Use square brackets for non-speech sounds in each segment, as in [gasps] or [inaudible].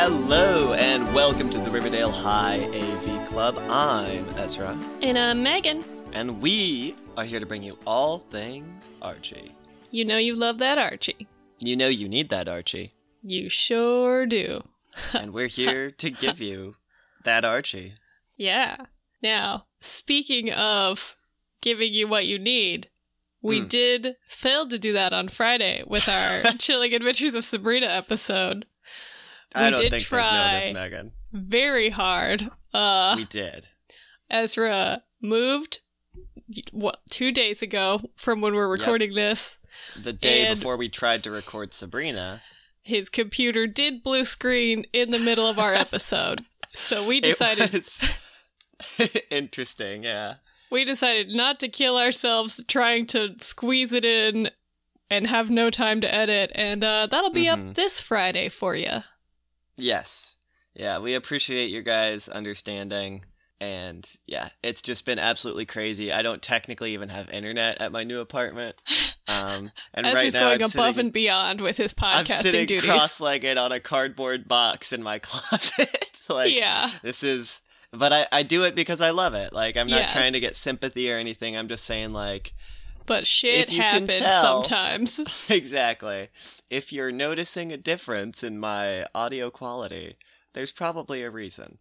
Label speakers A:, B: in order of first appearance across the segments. A: Hello and welcome to the Riverdale High AV Club. I'm Ezra,
B: And uh, Megan,
A: and we are here to bring you all things Archie.
B: you know you love that Archie.
A: You know you need that Archie,
B: You sure do.
A: and
B: [laughs]
A: we're here to give you that Archie.
B: Yeah. Now, speaking of giving you what you need, we
A: Hmm.
B: did fail to do that on Friday
A: [laughs]
B: with our Chilling Adventures of Sabrina episode.
A: I
B: We
A: don't
B: did
A: think
B: try.
A: they've noticed, Megan.
B: Very hard. Uh,
A: we did.
B: Ezra moved what two days ago from when we're
A: Yep.
B: recording this.
A: The day
B: and-
A: before we tried to record Sabrina,
B: His computer did blue screen in the middle
A: [laughs]
B: of our episode. So we decided
A: was [laughs] interesting. Yeah,
B: We decided not to kill ourselves trying to squeeze it in and have no time to edit, and uh, that'll be
A: Mhm.
B: up this Friday for you.
A: Yes. Yeah, we appreciate your guys' understanding. And yeah, it's just been absolutely crazy. I don't technically even have internet at my new
B: [laughs]
A: apartment. Um, and
B: As
A: right
B: he's
A: now,
B: going
A: I'm
B: above
A: sitting,
B: and beyond with his
A: I'm
B: podcasting
A: sitting
B: duties.
A: cross-legged on a cardboard box in my [laughs] closet. [laughs] like
B: [laughs] yeah,
A: this is, but I I do it because I love it. Like I'm not
B: Yes.
A: trying to get sympathy or anything. I'm just saying like [laughs]
B: but shit
A: if you can
B: happens
A: tell-
B: sometimes.
A: exactly. If you're noticing a difference in my audio quality, there's probably a
B: [laughs]
A: reason.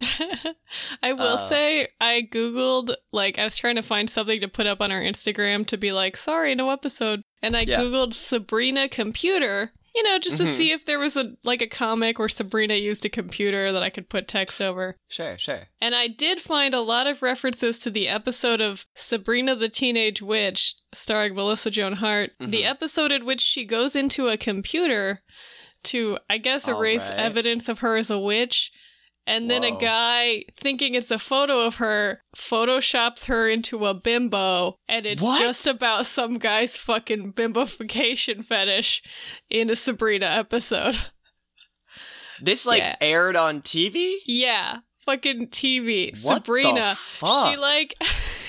B: I will
A: Uh,
B: say, I Googled, like, I was trying to find something to put up on our Instagram to be like, sorry, no episode. And I
A: Yeah.
B: Googled Sabrina computer, you know, just
A: Mhm.
B: to see if there was a, like, a comic where Sabrina used a computer that I could put text over.
A: Sure, sure.
B: And I did find a lot of references to the episode of Sabrina the Teenage Witch, starring Melissa Joan Hart, the
A: Mhm.
B: episode in which she goes into a computer to, I guess,
A: All
B: erase
A: right.
B: evidence of her as a witch. And then
A: Whoa.
B: a guy, thinking it's a photo of her, photoshops her into a bimbo. And it's
A: What?
B: just about some guy's fucking bimbofication fetish in a Sabrina episode. [laughs]
A: This like
B: Yeah.
A: aired on TV.
B: [laughs] Yeah. Fucking TV.
A: What the
B: Sabrina.
A: fuck?
B: She like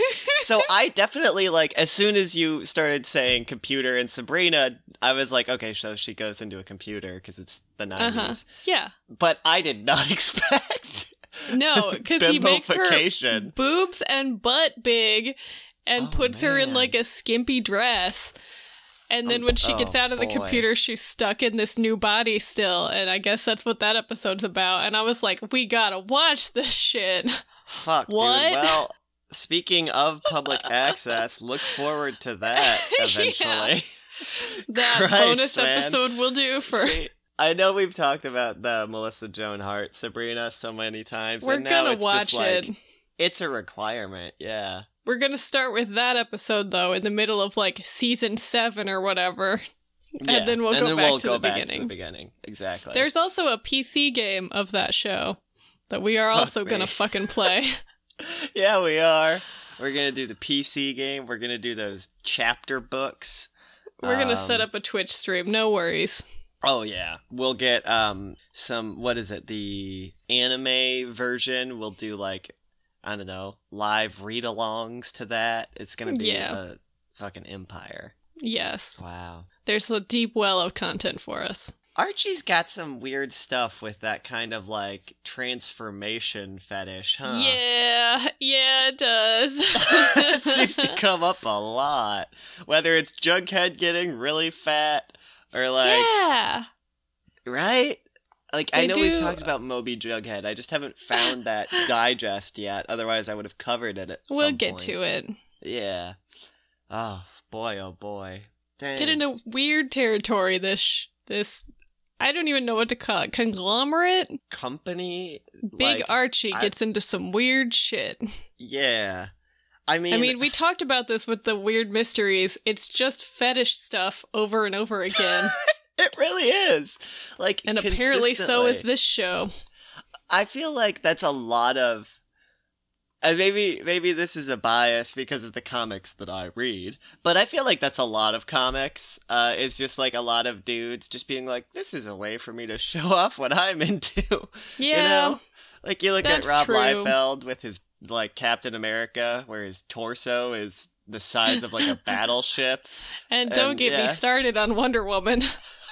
B: [laughs]
A: so I definitely like as soon as you started saying computer and Sabrina, I was like, okay, so she goes into a computer because it's the 90s
B: Uh-huh. Yeah.
A: But I did not [laughs] expect
B: No, because he makes her
A: bimbofication.
B: boobs and butt big
A: Oh,
B: and puts her in
A: man.
B: like a skimpy dress. And then
A: Um,
B: when she
A: oh,
B: gets out of the
A: boy.
B: computer, she's stuck in this new body still. And I guess that's what that episode's about. And I was like, we gotta watch
A: [laughs]
B: this shit.
A: Fuck,
B: What?
A: dude. Well, speaking of
B: [laughs]
A: public access, look forward to that
B: Yeah.
A: eventually.
B: That
A: Christ,
B: bonus
A: man.
B: episode will do
A: [laughs]
B: for. [laughs]
A: See, I know we've talked about the Melissa Joan Hart Sabrina so many times.
B: We're
A: and now
B: gonna
A: it's just
B: watch it.
A: like, It's a requirement, yeah.
B: We're gonna start with that episode though, in the middle of like season seven or whatever. And then we'll go back to the beginning.
A: beginning. Exactly.
B: There's also a PC game of that show that we are
A: Fuck
B: also
A: me.
B: gonna fucking play.
A: [laughs] [laughs] yeah, we are. We're gonna do the PC game. We're gonna do those chapter books.
B: We're gonna
A: Um,
B: set up a Twitch stream. No worries.
A: Oh yeah, we'll get um some what is it the anime version? We'll do like I don't know live read-alongs to that. It's gonna be
B: Yeah.
A: a fucking empire.
B: Yes,
A: Wow.
B: there's a deep well of content for us.
A: Archie's got some weird stuff with that kind of like transformation fetish, huh?
B: Yeah, yeah, it
A: it [laughs] seems
B: [laughs]
A: to
B: does.
A: come up a lot. Whether it's Jughead getting really fat or like
B: yeah,
A: right? Like I
B: They
A: know we've
B: do-
A: talked about Moby Jughead. I just haven't found that
B: [laughs]
A: digest yet. Otherwise I would have covered it at
B: we'll get to it.
A: Yeah. Oh boy, oh boy. Dang.
B: Get into weird territory. This sh- this. I don't even know what to call it. Conglomerate?
A: company
B: Big
A: like,
B: Archie
A: I-
B: gets into some weird shit.
A: Yeah. I mean,
B: I mean, we talked about this with the weird mysteries. It's just fetish stuff over and over
A: [laughs]
B: again.
A: it really is. Like
B: and apparently, so is
A: consistently.
B: this show.
A: I feel like that's a lot of. And maybe maybe this is a bias because of the comics that I read, but I feel like that's a lot of comics. Uh, it's just like a lot of dudes just being like, "This is a way for me to [laughs] show off what I'm into." [laughs]
B: Yeah.
A: You know, like you look
B: that's
A: at Rob
B: true.
A: Liefeld with his like Captain America, where his torso is the size of like
B: [laughs]
A: a battleship. [laughs]
B: And don't
A: And,
B: get
A: yeah. [laughs]
B: me started on Wonder Woman.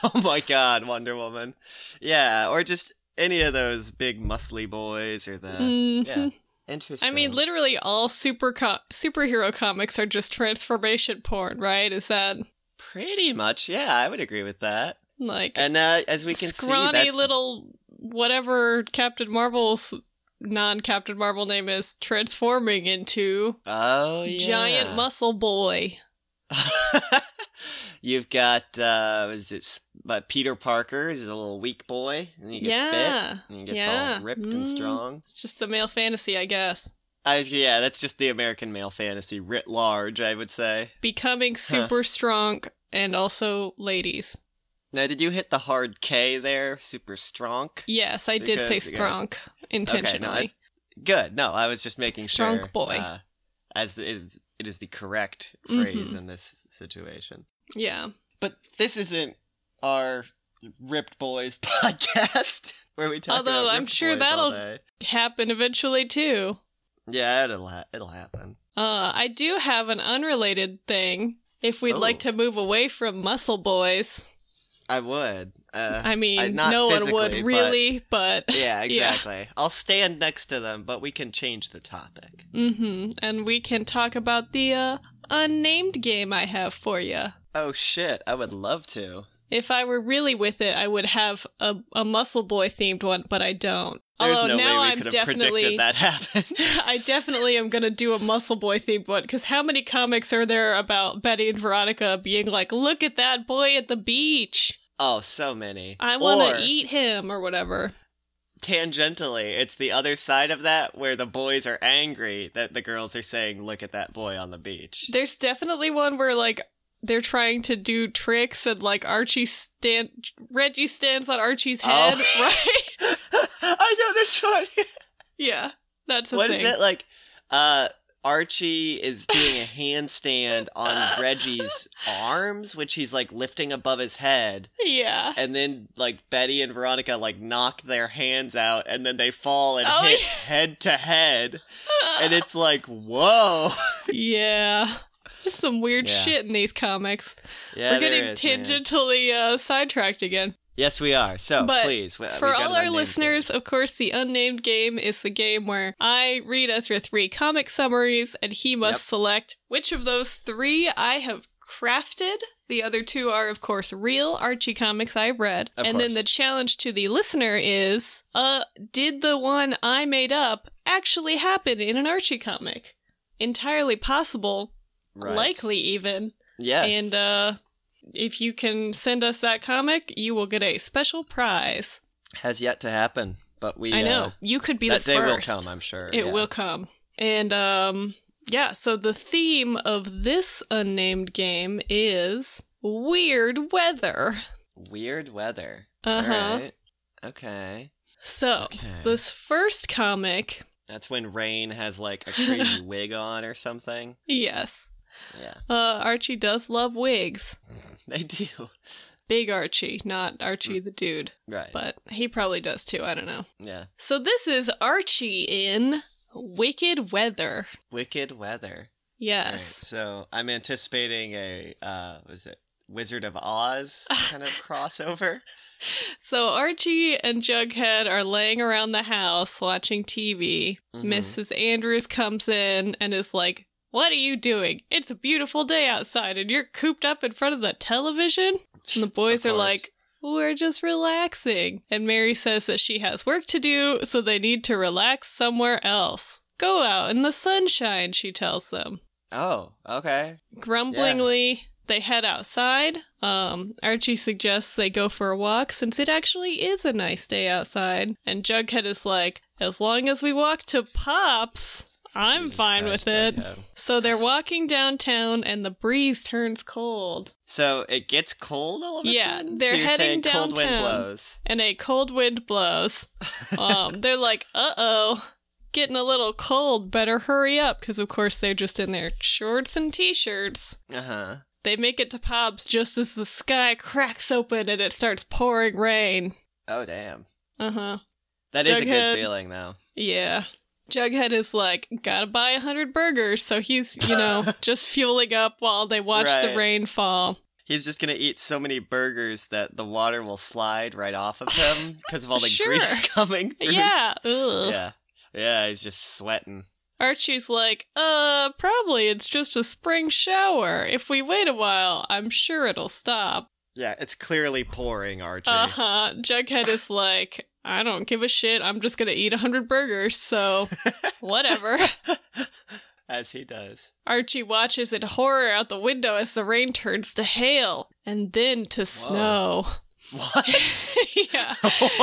A: Oh my God, Wonder Woman. Yeah, or just any of those big muscly boys or the
B: Mhm.
A: Uh, yeah. Interesting.
B: [laughs] I mean, literally all super co- superhero comics are just transformation porn, right? Is that
A: pretty much, yeah, I would agree with that.
B: like
A: And uh, as we can see,
B: scrawny
A: that's
B: little whatever Captain Marvel's non-Captain Marvel name is transforming into
A: oh yeah.
B: giant muscle boy?
A: [laughs] You've got uh is it Sp- uh, Peter Parker? He's a little weak boy, and he gets
B: Yeah,
A: bit, and he gets
B: yeah.
A: all ripped
B: Mm.
A: and strong.
B: it's just the male fantasy, I guess.
A: I, yeah, that's just the American male fantasy writ large, I would say.
B: Becoming super strong and also ladies.
A: Now, did you hit the hard K there? Super strong.
B: Yes, I did say
A: Because-
B: strong intentionally.
A: Good. No, I was just making
B: Strong
A: sure.
B: boy.
A: Uh, as the, it, is, it is the correct
B: Mhm.
A: phrase in this situation.
B: yeah.
A: But this isn't our ripped boys [laughs] podcast where we talk.
B: Although
A: about
B: I'm
A: ripped
B: sure
A: boys all day.
B: that'll- Happen eventually too.
A: Yeah, it'll ha- it'll happen.
B: Uh, I do have an unrelated thing. If we'd
A: Oh.
B: like to move away from muscle boys,
A: I would. Uh,
B: [laughs] I mean,
A: I- not
B: no one would
A: physically, but-
B: really, but, [laughs]
A: yeah, exactly. I'll stand next to them, but we can change the topic.
B: hmm And we can talk about the uh, unnamed game I have for you.
A: Oh shit! I would love to.
B: If I were really with it, I would have a, a muscle boy themed one, but I don't.
A: There's no
B: Although now
A: way we
B: I'm
A: could have
B: definitely.
A: predicted that [laughs] happened.
B: [laughs] I definitely am going to do a muscle boy themed one because how many comics are there about Betty and Veronica being like, look at that boy at the beach?
A: oh, so many.
B: I want
A: Or-
B: to eat him or whatever.
A: tangentially, it's the other side of that where the boys are angry that the girls are saying, "Look at that boy on the beach." [laughs]
B: There's definitely one where like they're trying to do tricks and like Archie stand Reggie stands on Archie's head, [laughs]
A: Oh.
B: right?
A: I know that's what.
B: yeah, that's a
A: What
B: thing.
A: is it like? Uh, Archie is doing a handstand on Reggie's arms, which he's like lifting above his head,
B: Yeah.
A: and then like Betty and Veronica like knock their hands out, and then they fall and
B: Oh,
A: hit
B: yeah.
A: head to head, and it's like, whoa.
B: [laughs] yeah. There's some weird
A: Yeah.
B: shit in these comics.
A: Yeah,
B: We're
A: there
B: getting
A: is, man.
B: tangentially uh, sidetracked again.
A: Yes, we are. So
B: But
A: please, w- we
B: For
A: Uh, got
B: all
A: an
B: our
A: unnamed
B: listeners, of course, the unnamed game is the game where I read us your three comic summaries, and he must
A: Yep.
B: select which of those three I have crafted. The other two are, of course, real Archie comics I've read.
A: Of
B: and then
A: course.
B: the challenge to the listener is uh, did the one I made up actually happen in an Archie comic? Entirely possible,
A: game. Right.
B: likely even.
A: Yes.
B: And uh, if you can send us that comic, you will get a special prize.
A: has yet to happen, but we
B: I
A: uh,
B: know. You could be
A: that
B: the
A: day
B: first.
A: will come, I'm sure.
B: It
A: yeah.
B: will come. And um yeah, so the theme of this unnamed game is weird weather.
A: Weird weather.
B: Uh-huh.
A: Alright. Okay.
B: So,
A: Okay.
B: Oh, this first comic,
A: That's when Rain has like a
B: [laughs]
A: crazy wig on or something.
B: yes.
A: Yeah.
B: Uh Archie does love wigs.
A: They do.
B: Big Archie, not
A: Mm.
B: Archie the dude,
A: Right.
B: but he probably does too, I don't know.
A: yeah.
B: So this is Archie in Wicked Weather.
A: Wicked weather. All right,
B: Yes.
A: so I'm anticipating a uh what is it? Wizard of Oz kind
B: [laughs]
A: of crossover.
B: So Archie and Jughead are laying around the house watching TV.
A: Mhm.
B: Mrs. Andrews comes in and is like, What are you doing? It's a beautiful day outside and you're cooped up in front of the television? And the boys
A: Of
B: are
A: course.
B: like, We're just relaxing. And Mary says that she has work to do, so they need to relax somewhere else. Go out in the sunshine, she tells them.
A: Oh, okay.
B: Grumblingly, they head outside. Um, Archie suggests they go for a walk since it actually is a nice day outside. And Jughead is like, as long as we walk to Pops, I'm
A: Jesus
B: fine
A: Christ,
B: with it.
A: Jughead.
B: So they're walking downtown and the breeze turns cold.
A: So it gets cold all of a
B: Yeah,
A: sudden?
B: they're
A: so you're
B: heading
A: saying cold wind
B: downtown.
A: blows.
B: And a cold wind blows.
A: [laughs]
B: Um, they're like, uh oh, getting a little cold. Better hurry up. Because, of course, they're just in their shorts and t shirts.
A: Uh-huh.
B: They make it to Pops just as the sky cracks open and it starts pouring rain.
A: Oh damn.
B: Uh huh.
A: That is a
B: Jughead.
A: good feeling though.
B: Yeah. Jughead is like, gotta
A: [laughs]
B: buy a hundred burgers, so he's, you know, just fueling up while they watch the
A: Right. [laughs]
B: rain fall.
A: he's just gonna eat so many burgers that the water will slide right off of
B: [laughs]
A: him because of all the
B: Sure.
A: grease [laughs] coming through. his-
B: Yeah. Ugh.
A: yeah, yeah. He's just sweating.
B: Archie's like, uh, probably it's just a spring shower. If we wait a while, I'm sure it'll stop.
A: Yeah, it's clearly pouring, Archie.
B: Uh huh. Jughead
A: [laughs]
B: is like, I don't give a shit. I'm just gonna eat a hundred
A: [laughs]
B: burgers, so whatever.
A: As he does.
B: Archie watches in horror out the window as the rain turns to hail and then to snow.
A: [laughs]
B: [laughs]
A: What? [laughs]
B: yeah.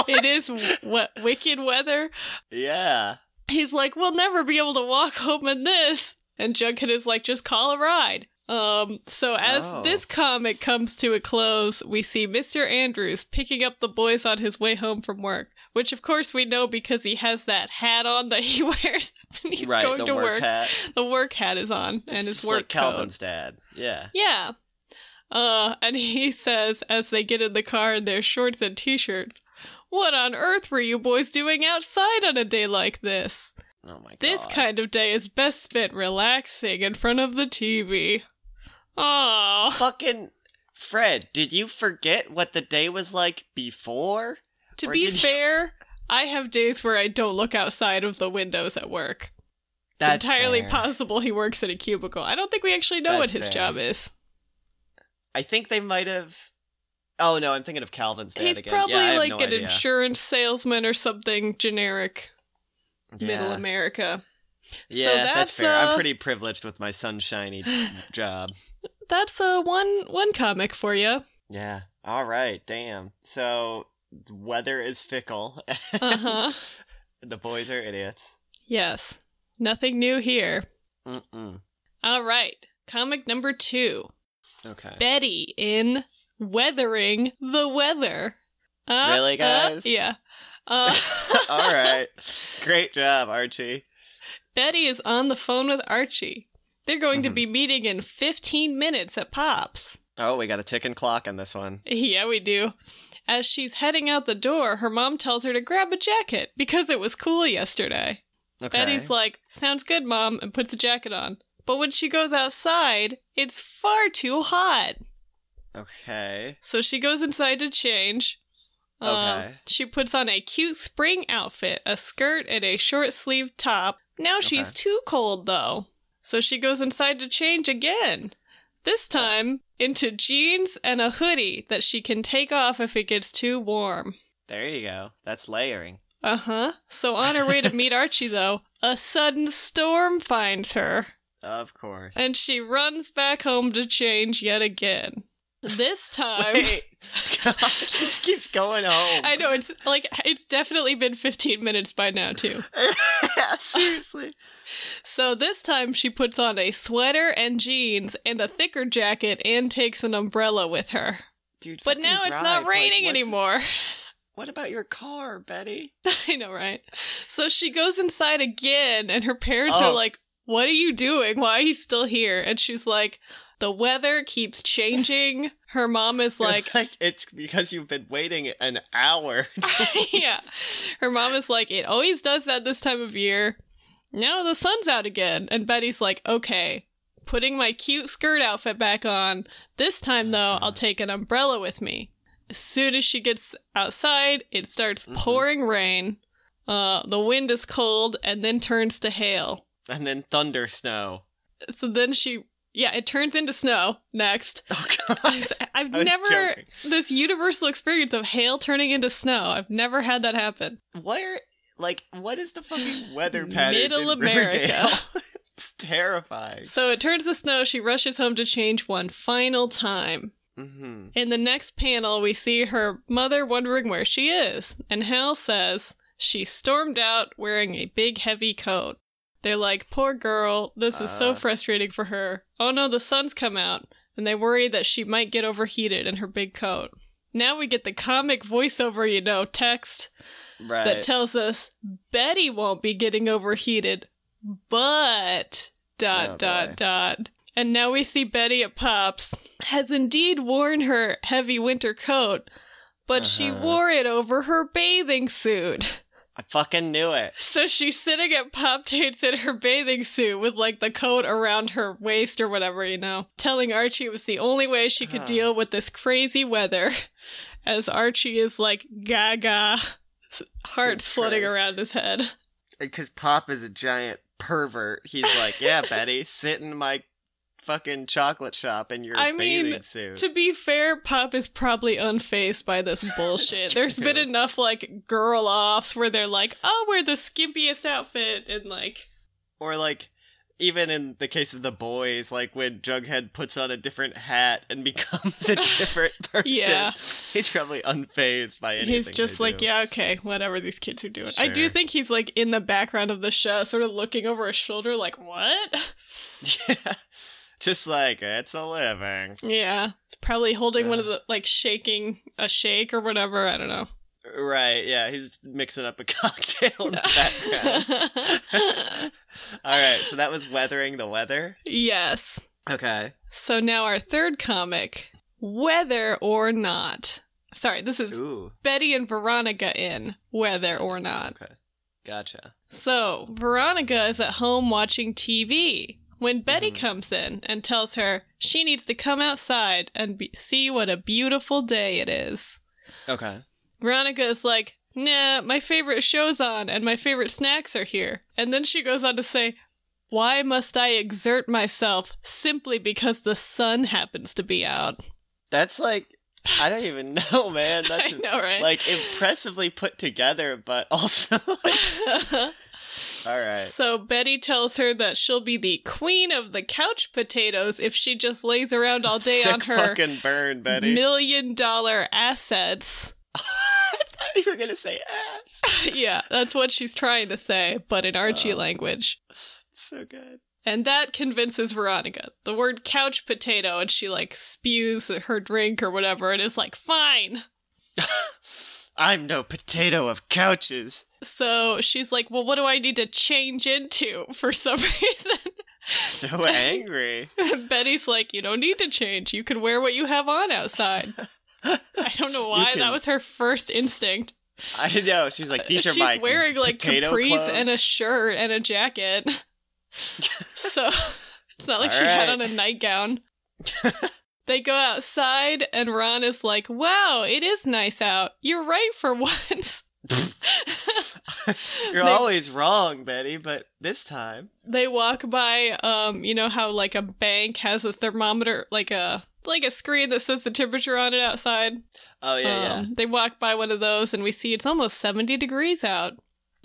B: It is w- wicked weather.
A: yeah.
B: He's like, we'll never be able to walk home in this. And Jughead is like, just call a ride. Um, so as
A: Oh.
B: this comic comes to a close, we see Mr. Andrews picking up the boys on his way home from work, which of course we know because he has that hat on that he [laughs] wears when he's
A: right,
B: going
A: the
B: to
A: work,
B: work.
A: hat.
B: The work hat is on and
A: It's
B: his
A: just
B: work
A: like
B: coat.
A: Calvin's dad. Yeah.
B: Yeah. Uh, and he says as they get in the car in their shorts and t-shirts, "What on earth were you boys doing outside on a day like this?
A: Oh my god.
B: This kind of day is best spent relaxing in front of the TV." Oh,
A: fucking Fred, did you forget what the day was like before?
B: to
A: Or
B: be
A: did you-
B: fair, I have days where I don't look outside of the windows at work.
A: That's
B: it's entirely
A: fair.
B: possible he works in a cubicle. I don't think we actually know
A: That's
B: what his
A: fair.
B: job is.
A: I think they might have. Oh no, I'm thinking of Calvin's dad
B: He's
A: again.
B: probably
A: yeah, I have
B: like
A: no
B: an
A: idea.
B: insurance salesman or something generic.
A: yeah.
B: middle America.
A: Yeah,
B: so
A: that's,
B: that's,
A: fair.
B: uh,
A: I'm pretty privileged with my
B: [laughs]
A: sunshiny job.
B: That's uh, one one comic for you.
A: Yeah. All right. Damn. So the weather is fickle. [laughs]
B: Uh huh.
A: the boys are idiots.
B: yes. Nothing new here.
A: Mm-mm.
B: All right. Comic number two
A: Okay.
B: Betty in Weathering the Weather. Uh,
A: Really,
B: uh,
A: guys?
B: yeah.
A: [laughs]
B: Uh, [laughs]
A: All right. Great job, Archie.
B: Betty is on the phone with Archie. They're going
A: Mm-hmm.
B: to be meeting in 15 minutes at Pop's. [laughs]
A: Oh, we got a ticking clock on this one.
B: Yeah, we do. As she's heading out the door, her mom tells her to grab a jacket because it was cool yesterday.
A: Okay.
B: Betty's like, Sounds good, mom, and puts a jacket on. But when she goes outside, it's far too hot.
A: okay.
B: So she goes inside to change. Um,
A: Okay.
B: she puts on a cute spring outfit, a skirt, and a short sleeved top. Now she's too cold, though. So she goes inside to change again. This time into jeans and a hoodie that she can take off if it gets too warm.
A: There you go. That's layering.
B: Uh huh. So on her way
A: [laughs]
B: to meet Archie, though, a sudden storm finds her.
A: Of course. [laughs]
B: And she runs back home to change yet again.
A: [laughs]
B: This time.
A: Wait. God, she just keeps going home.
B: I know it's like it's definitely been 15 minutes by now too.
A: [laughs] Seriously.
B: So this time she puts on a sweater and jeans and a thicker jacket and takes an umbrella with her.
A: Dude,
B: But
A: fucking
B: now it's
A: drive.
B: not
A: Like,
B: raining
A: what's-
B: anymore. [laughs]
A: What about your car, Betty?
B: I know, right? So she goes inside again and her parents
A: Oh.
B: are like, "What are you doing? Why are you still here?" And she's like, "The weather keeps changing." Her
A: [laughs]
B: mom is like,
A: it's because you've been waiting an hour. [laughs]
B: [laughs] yeah. Her mom is like, it always does that this time of year. Now the sun's out again. And Betty's like, okay, putting my cute skirt outfit back on. This time, though,
A: Uh-huh.
B: I'll take an umbrella with me. As soon as she gets outside, it starts
A: Mhm.
B: pouring rain. Uh, the wind is cold and then turns to hail.
A: and then thunder snow.
B: So then she, yeah, it turns into snow next.
A: Oh, God.
B: I've
A: [laughs] I was
B: never,
A: joking.
B: this universal experience of hail turning into snow, I've never had that happen.
A: Where, like, what is the fucking
B: [gasps]
A: weather pattern
B: Middle
A: in
B: America.
A: Riverdale? [laughs] it's terrifying.
B: So it turns to snow. She rushes home to change one final time.
A: Mm-hmm.
B: In the next panel, we see her mother wondering where she is, and Hal says she stormed out wearing a big, heavy coat. They're like, poor girl, this is so
A: Uh.
B: frustrating for her. Oh no, the sun's come out, and they worry that she might get overheated in her big coat. Now we get the comic voiceover, you know, text
A: Right.
B: that tells us Betty won't be getting overheated, but dot
A: Oh,
B: dot
A: boy.
B: dot. And now we see Betty at Pops has indeed worn her heavy winter coat, but she
A: Uh-huh.
B: wore it over her bathing suit.
A: I fucking knew it.
B: So she's sitting at Pop Tate's in her bathing suit with like the coat around her waist or whatever, you know, telling Archie it was the only way she could
A: Huh.
B: deal with this crazy weather [laughs] as Archie is like gaga, s- hearts
A: Good
B: floating
A: Christ.
B: around his head.
A: Because Pop is a giant pervert. He's like,
B: [laughs]
A: yeah, Betty, sit in my fucking chocolate shop in your
B: I mean,
A: bathing suit.
B: To be fair, Pop is probably unfazed by this bullshit. There's been
A: true.
B: enough like girl offs where they're like, "Oh, we're the skimpiest outfit," and like,
A: Or like even in the case of the boys, like when Jughead puts on a different hat and [laughs] becomes a different
B: [laughs]
A: person.
B: Yeah.
A: He's probably unfazed by anything.
B: he's just
A: they
B: like,
A: do.
B: "Yeah, okay, whatever these kids are doing." I do
A: Sure.
B: think he's like in the background of the show, sort of looking over his shoulder, like, "What?"
A: [laughs]
B: [laughs]
A: yeah. Just like it's a living.
B: Yeah, probably holding one of
A: Yeah.
B: the like shaking a shake or whatever. I
A: [laughs]
B: don't know.
A: Right, yeah, he's mixing up a [laughs] cocktail in
B: [laughs]
A: the background. Alright, so that was weathering the weather.
B: yes.
A: Okay.
B: So now our third comic, whether or not. Sorry, this is
A: Ooh.
B: Betty and Veronica in Whether or Not.
A: Okay. Gotcha.
B: So, Veronica is at home watching TV when Betty
A: Mhm.
B: comes in and tells her she needs to come outside and be- see what a beautiful day it is.
A: Okay.
B: Veronica is like, nah, my favorite show's on and my favorite snacks are here. And then she goes on to say, why must I exert myself simply because the sun happens to be out? [laughs]
A: That's like I don't even [laughs] know, man. That's
B: I know, right?
A: like impressively put together, but
B: [laughs]
A: also [laughs] all right.
B: So Betty tells her that she'll be the queen of the couch potatoes if she just lays around all day
A: [laughs] Sick
B: on her
A: fucking burn, Betty.
B: million dollar assets.
A: [laughs]
B: [laughs]
A: I thought you were gonna say ass.
B: yeah, that's what she's trying to say, but in Archie
A: Oh.
B: language.
A: So good.
B: And that convinces Veronica. The word couch potato, and she like spews her drink or whatever, and is like, fine.
A: I'm no potato of couches.
B: So she's like, well, what do I need to change into for some [laughs] reason? [laughs]
A: So angry.
B: Betty's like, you don't need to change. You can wear what you have on outside. I
A: [laughs]
B: don't know why
A: can-
B: that was her first instinct.
A: I know. She's like, these
B: She's
A: are my
B: wearing like
A: potato
B: capris
A: clothes. [laughs]
B: and a shirt and a jacket. so it's not like
A: All
B: she had
A: right.
B: on
A: [laughs]
B: a nightgown. they go outside and Ron is like, "Wow, it is nice out. You're right for [laughs] once."
A: You're
B: They-
A: always wrong, Betty, but this time.
B: they walk by um you know how like a bank has a thermometer like a like a screen that says the temperature on it outside
A: Oh yeah,
B: Um, They walk by one of those, and we see it's almost 70 degrees out.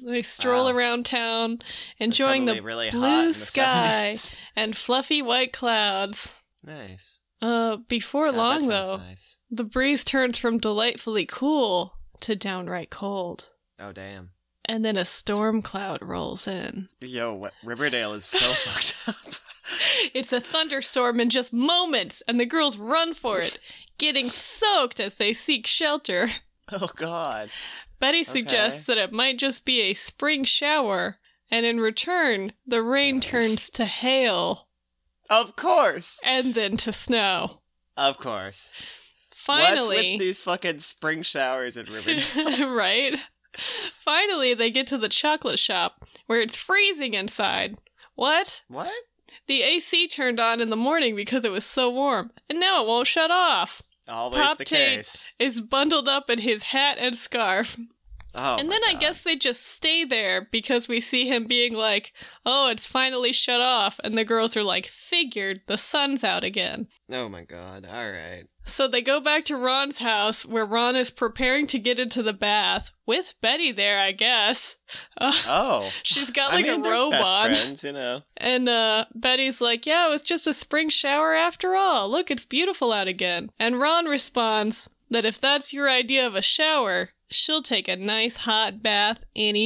B: They stroll
A: Wow.
B: around town,
A: yeah.
B: enjoying
A: Probably
B: the
A: really hot
B: blue
A: in the
B: sky.
A: 70s.
B: and fluffy white clouds.
A: [laughs] Nice.
B: [laughs] Uh, before
A: God, that
B: long,
A: sounds
B: though,
A: nice.
B: the breeze turns from delightfully cool to downright cold,
A: Oh damn.
B: and then a storm cloud rolls in. [laughs]
A: Yo, what, Riverdale is so [laughs] fucked up.
B: It's a thunderstorm in just moments, and the girls run for it, getting soaked as they seek shelter.
A: Oh god.
B: Betty suggests that it might just be a spring shower, and in return, the rain turns to hail
A: Of course.
B: and then to snow.
A: Of course. What's with
B: Finally,
A: these fucking spring showers in Riverdale?
B: [laughs] right? Finally, they get to the chocolate shop where it's freezing inside. What?
A: what?
B: The AC turned on in the morning because it was so warm, and now it won't shut off.
A: Always
B: Pop
A: the
B: Tate.
A: case.
B: Is bundled up in his hat and scarf.
A: Oh,
B: and
A: my
B: then I
A: God.
B: guess they just stay there because we see him being like, "Oh, it's finally shut off," and the girls are like, "Figured, the sun's out again."
A: Oh my god. All right.
B: So they go back to Ron's house where Ron is preparing to get into the bath with Betty there, I guess. [laughs] Uh,
A: Oh.
B: she's got
A: I
B: like
A: mean,
B: a
A: they're
B: robe
A: best
B: [laughs] on,
A: friends, you know.
B: and uh, Betty's like, "Yeah, it was just a spring shower after all. Look, it's beautiful out again." And Ron responds that if that's your idea of a shower, she'll take a nice hot bath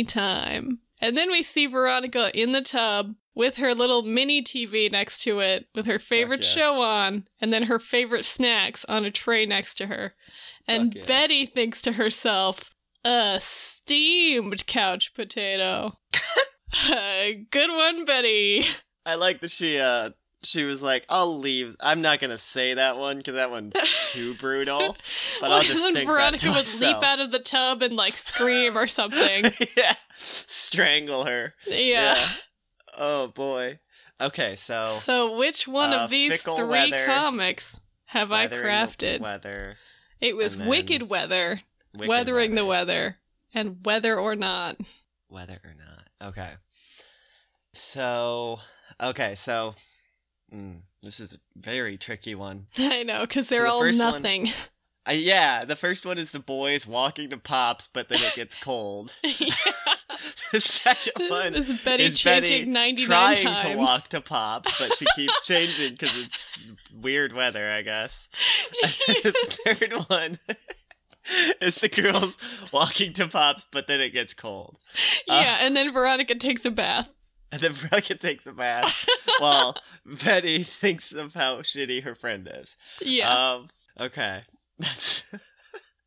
B: anytime. And then we see Veronica in the tub with her little mini TV next to it, with her favorite
A: yes.
B: show on, and then her favorite snacks on a tray next to her. And
A: Fuck yeah.
B: Betty thinks to herself, a steamed couch potato. Uh, [laughs] good one, Betty.
A: I like that she uh she was like, "I'll leave. I'm not gonna say that one because that one's
B: [laughs]
A: too brutal." But I'll
B: Like,
A: just
B: then
A: think that
B: Veronica
A: to
B: would
A: myself.
B: leap out of the tub and like scream
A: [laughs]
B: or something.
A: yeah, strangle her.
B: Yeah.
A: Oh boy. Okay, so
B: So which one
A: Oh. Uh,
B: of these
A: Fickle
B: three
A: Weather,
B: comics have I
A: weathering the
B: crafted?
A: weather.
B: it was
A: and then
B: Wicked Weather,
A: wicked
B: Weathering the Weather, and Weather or Not. [laughs]
A: whether or not. Okay. So, okay, so mm, this is a very tricky one.
B: I know, because
A: So
B: they're
A: the
B: all
A: first one- [laughs]
B: nothing. [laughs]
A: Uh, yeah, the first one is the boys walking to Pops, but then it gets cold. [laughs] the second one
B: Is Betty
A: is Betty
B: changing 99
A: trying
B: times.
A: to walk [laughs] to Pops, but she keeps changing because it's weird weather, I guess. [laughs] And the third one [laughs] is the girls walking to Pops, but then it gets cold. Uh,
B: [laughs] yeah, and then Veronica takes a bath.
A: And then [laughs] Veronica takes a
B: [laughs]
A: bath while Betty thinks of how shitty her friend is.
B: Yeah.
A: Um, okay. [laughs] That's.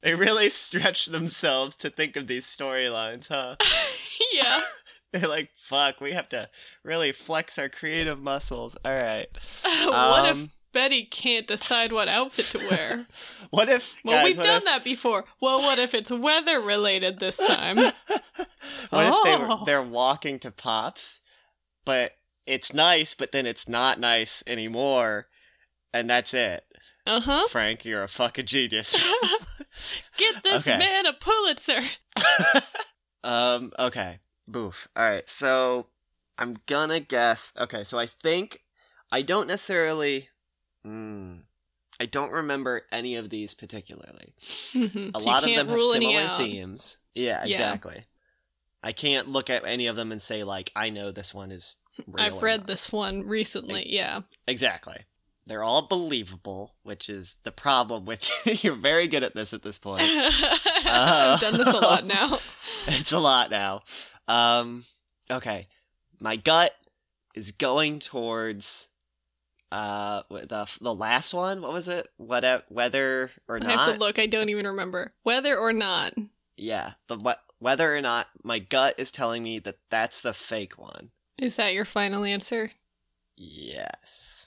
A: They really stretch themselves to think of these storylines, huh?
B: [laughs]
A: [laughs]
B: yeah. [laughs]
A: They're like, fuck, we have to really flex our creative muscles. All right.
B: [laughs] what if
A: Um,
B: Betty can't decide what outfit
A: [laughs]
B: to wear?
A: What if.
B: Well,
A: guys,
B: we've
A: what
B: done
A: if,
B: that before. Well, what if it's weather
A: [laughs]
B: related this time?
A: What if they
B: Oh.
A: were, they're walking to Pops, but it's nice, but then it's not nice anymore, and that's it?
B: Uh huh.
A: Frank, you're a fucking
B: [laughs]
A: genius.
B: Get this
A: Okay.
B: man a Pulitzer.
A: [laughs] Um, okay. Boof. Alright, so I'm gonna guess. Okay, so I think I don't necessarily mm, I don't remember any of these particularly.
B: [laughs]
A: A lot of them have similar themes. Yeah,
B: Yeah.
A: exactly. I can't look at any of them and say like I know this one
B: [laughs]
A: is real.
B: I've
A: or
B: read
A: not.
B: this one recently. Yeah.
A: Exactly. They're all believable, which is the problem with [laughs] you're very good at this at this point.
B: [laughs] I've done
A: oh.
B: this a lot now.
A: Uh-huh. [laughs] It's a lot now. Um, okay, my gut is going towards uh the the last one. What was it? What whether or
B: I have to
A: not?
B: look. I don't even remember whether or not.
A: Yeah, the what whether or not. My gut is telling me that that's the fake one.
B: Is that your final answer?
A: Yes.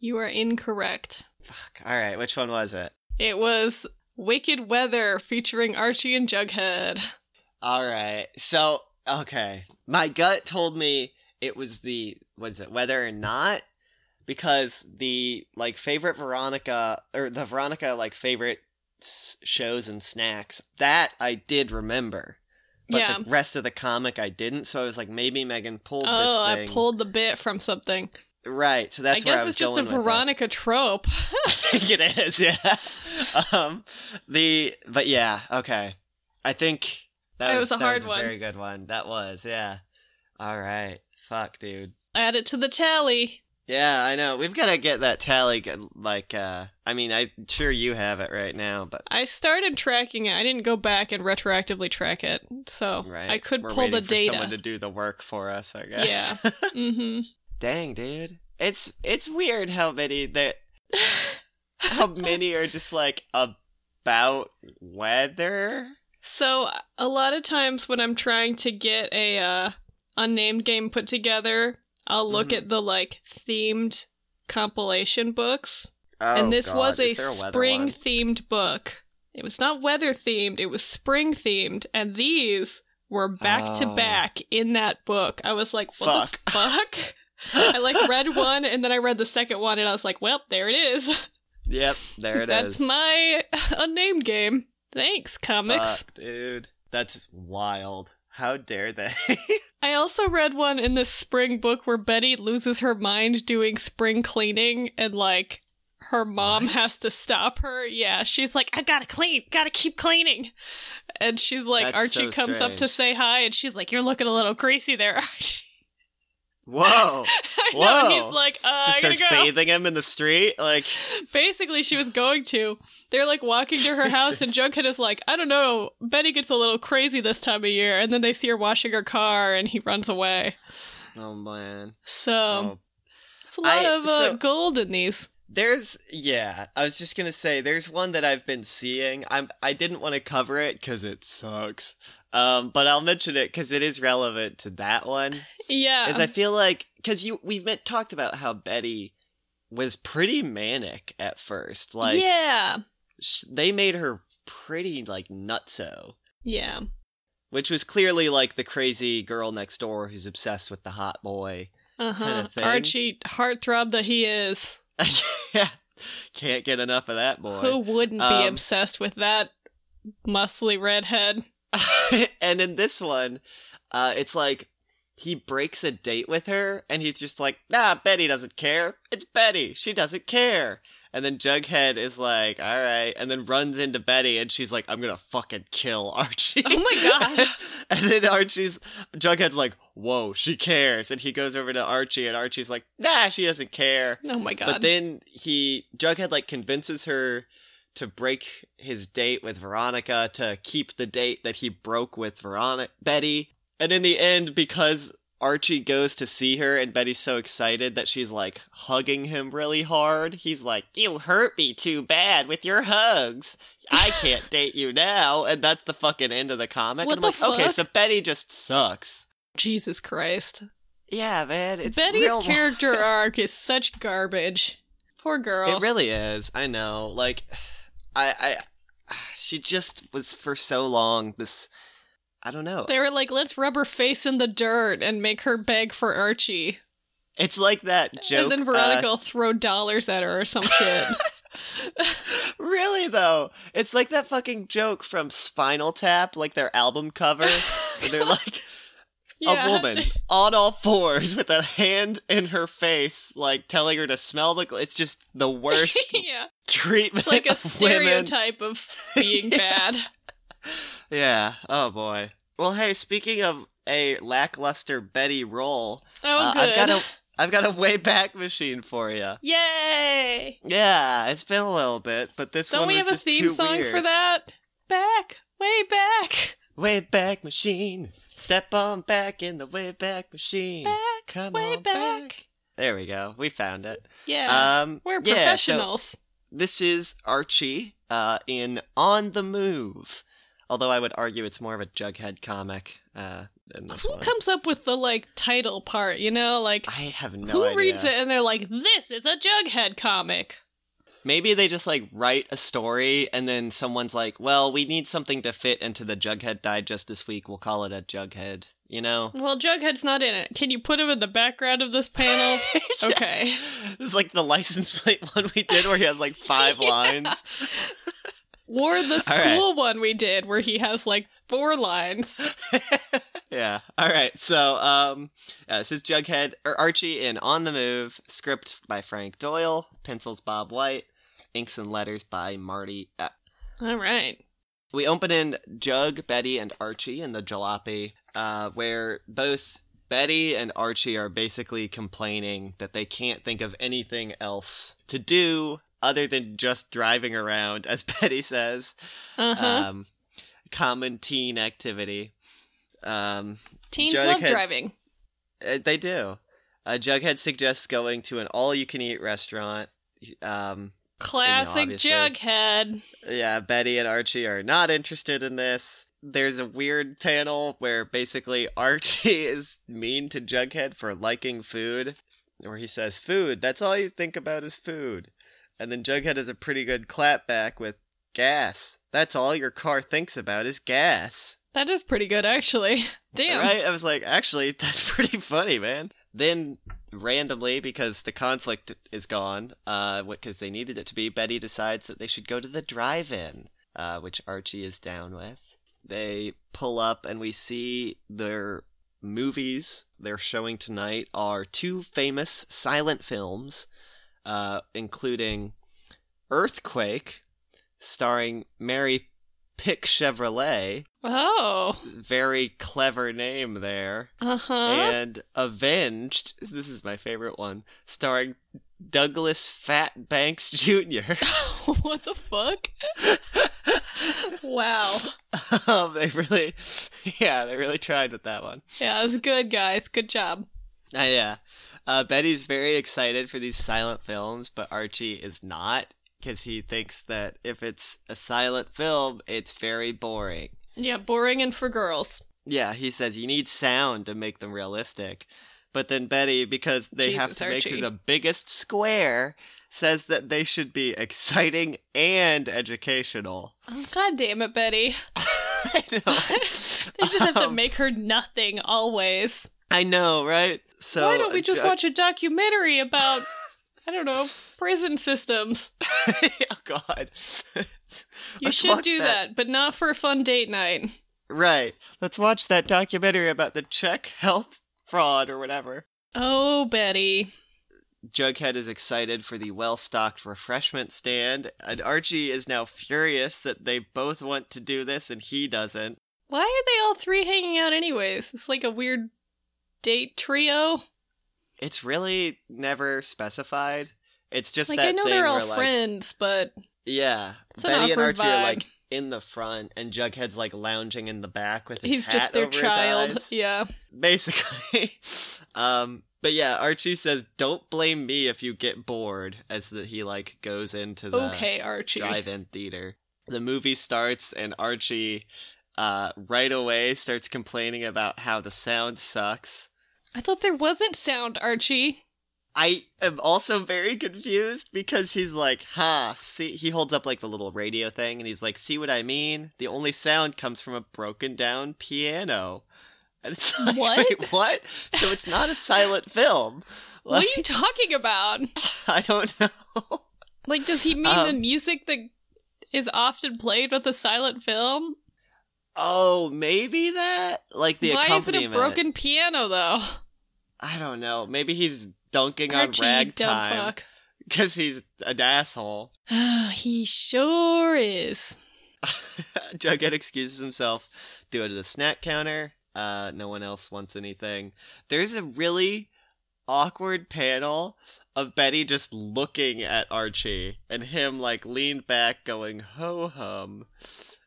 B: You are incorrect.
A: Fuck. All right. Which one was it?
B: It was Wicked Weather featuring Archie and Jughead.
A: All right. So okay, my gut told me it was the what is it? Whether or not, because the like favorite Veronica or the Veronica like favorite s- shows and snacks that I did remember, but
B: yeah.
A: the rest of the comic I didn't. So I was like, maybe Megan pulled
B: Oh,
A: this
B: I
A: thing.
B: pulled the bit from something.
A: right. So
B: I
A: that's where I
B: guess
A: was
B: it's just a
A: going with it.
B: Veronica trope.
A: I think it is, yeah. [laughs] Um, the but yeah, okay. I think that
B: It
A: was,
B: was a
A: that
B: hard
A: was
B: one.
A: Very good one. That was, yeah. All right, fuck, dude.
B: Add it to the tally.
A: Yeah, I know. We've got to get that tally. good- Like, uh, I mean, I'm sure you have it right now, but
B: I started tracking it. I didn't go back and retroactively track it, so
A: right,
B: Oh, I could
A: We're
B: pull the
A: waiting for
B: data.
A: Someone to [laughs] do the work for us, I guess. [laughs] Yeah.
B: [laughs] mm-hmm.
A: Dang, dude. It's it's weird how many
B: [laughs]
A: that how many are just like about weather.
B: So a lot of times when I'm trying to get a uh, unnamed game put together, I'll look
A: Mhm.
B: at the like themed compilation books,
A: Oh,
B: and this was
A: God,
B: a,
A: is there weather
B: spring
A: one?
B: themed book. It was not weather themed; it was spring themed, and these were back to
A: Oh.
B: back in that book. I was like, "What the [laughs] fuck?" I like
A: [laughs]
B: read one, and then I read the second one, and I was like, "Well, there it is."
A: Yep, there it is.
B: [laughs] That's my unnamed game. Thanks, comics.
A: Fuck, dude. That's wild. How dare
B: [laughs]
A: they? [laughs]
B: I also read one in this spring book where Betty loses her mind doing spring cleaning and like her mom
A: What?
B: has to stop her. Yeah, she's like, I gotta clean, gotta keep cleaning. And she's like,
A: That's so
B: Archie comes up to
A: strange.
B: say hi and she's like, You're looking a little greasy there, [laughs] Archie.
A: Whoa!
B: I know, and
A: Whoa.
B: he's like, uh,
A: Just
B: I gotta
A: starts
B: go.
A: bathing him in the street. Like,
B: Basically, she was going to. They're like walking
A: [laughs]
B: to her house, and
A: Jesus.
B: Jughead is like, I don't know, Betty gets a little crazy this time of year. And then they see her washing her car and he runs away.
A: oh man.
B: So.
A: Oh.
B: It's a lot
A: I-
B: of uh,
A: so-
B: gold in these.
A: There's yeah. I was just gonna say there's one that I've been seeing. I'm I didn't want to cover it because it sucks. Um, but I'll mention it because it is relevant to that one.
B: Yeah. um,
A: Is I feel like because you we've met, talked about how Betty was pretty manic at first. Like
B: yeah.
A: sh- they made her pretty like nutso,
B: Yeah.
A: which was clearly like the crazy girl next door who's obsessed with the hot boy. [laughs]
B: Uh huh.
A: Kinda thing.
B: Archie, heartthrob that he is.
A: yeah, can't get enough of that boy.
B: Who wouldn't be
A: Um,
B: obsessed with that muscly redhead?
A: [laughs] and in this one, uh, it's like he breaks a date with her, and he's just like, "Nah, Betty doesn't care. It's Betty. She doesn't care." And then Jughead is like, "All right," and then runs into Betty, and she's like, "I'm gonna fucking kill [laughs] Archie."
B: Oh my God.
A: [laughs] and then Archie's Jughead's like, "Whoa, she cares," and he goes over to Archie, and Archie's like, "Nah, she doesn't care."
B: Oh my god.
A: But then he Jughead like convinces her to break his date with Veronica to keep the date that he broke with Veronica Betty. And in the end, because Archie goes to see her and Betty's so excited that she's like hugging him really hard, he's like, You hurt me too bad with your hugs. I
B: [laughs]
A: can't date you now. And that's the fucking end of the comic.
B: What
A: and
B: the
A: I'm like, okay,
B: fuck?
A: so Betty just sucks.
B: Jesus Christ.
A: Yeah, man. It's
B: Betty's
A: real [laughs]
B: character arc is such garbage. Poor girl.
A: It really is. I know. Like, I, I, she just was for so long this. I don't know.
B: they were like, let's rub her face in the dirt and make her beg for Archie.
A: It's like that joke.
B: and then
A: uh,
B: Veronica will throw dollars at her
A: [laughs]
B: or some shit.
A: uh, really though, it's like that fucking joke from Spinal Tap, like their album cover. and
B: [laughs]
A: they're like
B: Yeah.
A: a woman on all fours with a hand in her face, like telling her to smell the. Gl- it's just the
B: [laughs]
A: worst
B: [laughs] yeah.
A: treatment. [laughs]
B: It's like a
A: of women.
B: stereotype of
A: [laughs]
B: being bad.
A: Yeah. Oh boy. Well, hey, speaking of a lackluster Betty roll,
B: Oh,
A: Uh,
B: good. [laughs]
A: I've got a I've got a way back machine for you.
B: Yay!
A: Yeah, it's been a little bit, but this
B: Don't
A: one
B: we
A: was
B: have a
A: just
B: theme
A: too
B: song
A: weird.
B: for that? Back, way back,
A: Way back machine, step on back in the way back machine.
B: back,
A: Come
B: way
A: on
B: back.
A: There we go. We found it.
B: Yeah,
A: Um,
B: we're
A: yeah, so
B: professionals.
A: this is Archie uh, in On the Move. Although I would argue it's more of a Jughead comic uh, than this
B: Who
A: one.
B: comes up with the like title part? You know, like
A: I have no
B: who
A: idea.
B: reads it and they're like, "This is a Jughead comic."
A: Maybe they just like write a story and then someone's like, well, we need something to fit into the Jughead Digest this week. We'll call it a Jughead, you [laughs] know?
B: Well, Jughead's not in it. Can you put him in the background of this panel?
A: [laughs]
B: Okay.
A: It's like the license plate one we did where he has like five lines.
B: Or the
A: All right.
B: school one we did where he has like four lines.
A: Yeah. All right. So, um, uh, this is Jughead or Archie in On the Move, script by Frank Doyle, pencils Bob White, inks and letters by Marty Epp.
B: All right.
A: we open in Jug, Betty, and Archie in the jalopy, uh, where both Betty and Archie are basically complaining that they can't think of anything else to do other than just driving around, as [laughs] Betty says.
B: Uh huh.
A: Um, common teen activity. Um,
B: Teens love
A: Jughead's-
B: driving.
A: uh, they do. Uh, Jughead suggests going to an all-you-can-eat restaurant. Um,
B: Classic
A: obviously.
B: Jughead.
A: yeah, Betty and Archie are not interested in this. There's a weird panel where basically [laughs] Archie is mean to Jughead for liking food, where he says, Food, that's all you think about is food. And then Jughead has a pretty good clapback with, Gas, that's all your car thinks about is gas.
B: That is pretty
A: [laughs]
B: good, actually. Damn.
A: Right? I was like, Actually, [laughs] that's pretty funny, man. Then, randomly, because the conflict is gone, because they needed it to be, Betty decides that they should go to the drive in uh, which Archie is down with. They pull up, and we see their movies they're showing tonight are two famous silent films, uh, including Earthquake, starring Mary Pick Chevrolet.
B: Oh.
A: Very clever name there.
B: Uh huh.
A: And Avenged, this is my favorite one, starring Douglas Fat Banks Jr.
B: [laughs] what the fuck? wow.
A: [laughs] um, they really, yeah, they really tried with that one.
B: Yeah, it's good, guys. Good job.
A: Uh, yeah, uh, Betty's very excited for these silent films, but Archie is not because he thinks that if it's a silent film, it's very boring.
B: Yeah, boring and for girls.
A: Yeah, he says you need sound to make them realistic. But then Betty, because they have
B: Jesus,
A: to make
B: Archie.
A: her the biggest square, says that they should be exciting and educational. [laughs]
B: Oh, God damn it, Betty.
A: I know.
B: [laughs] they just have
A: [laughs]
B: to
A: Um,
B: make her nothing always.
A: I know, right? So
B: Why don't we just
A: uh,
B: watch a documentary about, I don't know, prison systems?
A: [laughs] oh God.
B: You
A: Let's
B: should
A: watch
B: do that. but not for a fun date night.
A: Right. Let's watch that documentary about the Czech health fraud or whatever.
B: Oh, Betty.
A: Jughead is excited for the well stocked refreshment stand, and Archie is now furious that they both want to do this and he doesn't.
B: Why are they all three hanging out, anyways? It's like a weird date trio.
A: It's really never specified. It's just
B: Like,
A: that
B: I know
A: thing
B: they're all
A: where, like,
B: friends, but
A: Yeah,
B: It's an
A: Betty and
B: awkward
A: Archie are
B: vibe.
A: like in the front, and Jughead's like lounging in the back with his
B: he's
A: hat
B: just their
A: over his
B: child.
A: eyes.
B: Yeah.
A: basically. [laughs] um, but yeah, Archie says, "Don't blame me if you get bored," as that he like goes into the
B: okay, Archie.
A: drive-in theater. The movie starts, and Archie uh, right away starts complaining about how the sound sucks.
B: I thought there wasn't sound, Archie.
A: I am also very confused because he's like, "Ha!" See, he holds up like the little radio thing, and he's like, "See what I mean? The only sound comes from a broken down piano." And it's [laughs] like,
B: What?
A: Wait, what? So it's not a silent film.
B: What
A: Like, [laughs]
B: are you talking about?
A: I don't know.
B: Like, does he mean the
A: Um,
B: music that is often played with a silent film?
A: Oh, maybe that like the
B: Why is it a
A: accompaniment.
B: broken piano, though?
A: I don't know. Maybe he's dunking
B: Archie,
A: on
B: you
A: [laughs]
B: dumb
A: ragtime
B: fuck. [sighs]
A: because he's an asshole. [laughs]
B: he sure is.
A: Jughead excuses himself to go to the snack counter. Uh, no one else wants anything. There's a really awkward panel of Betty just looking at Archie and him like leaned back going ho hum.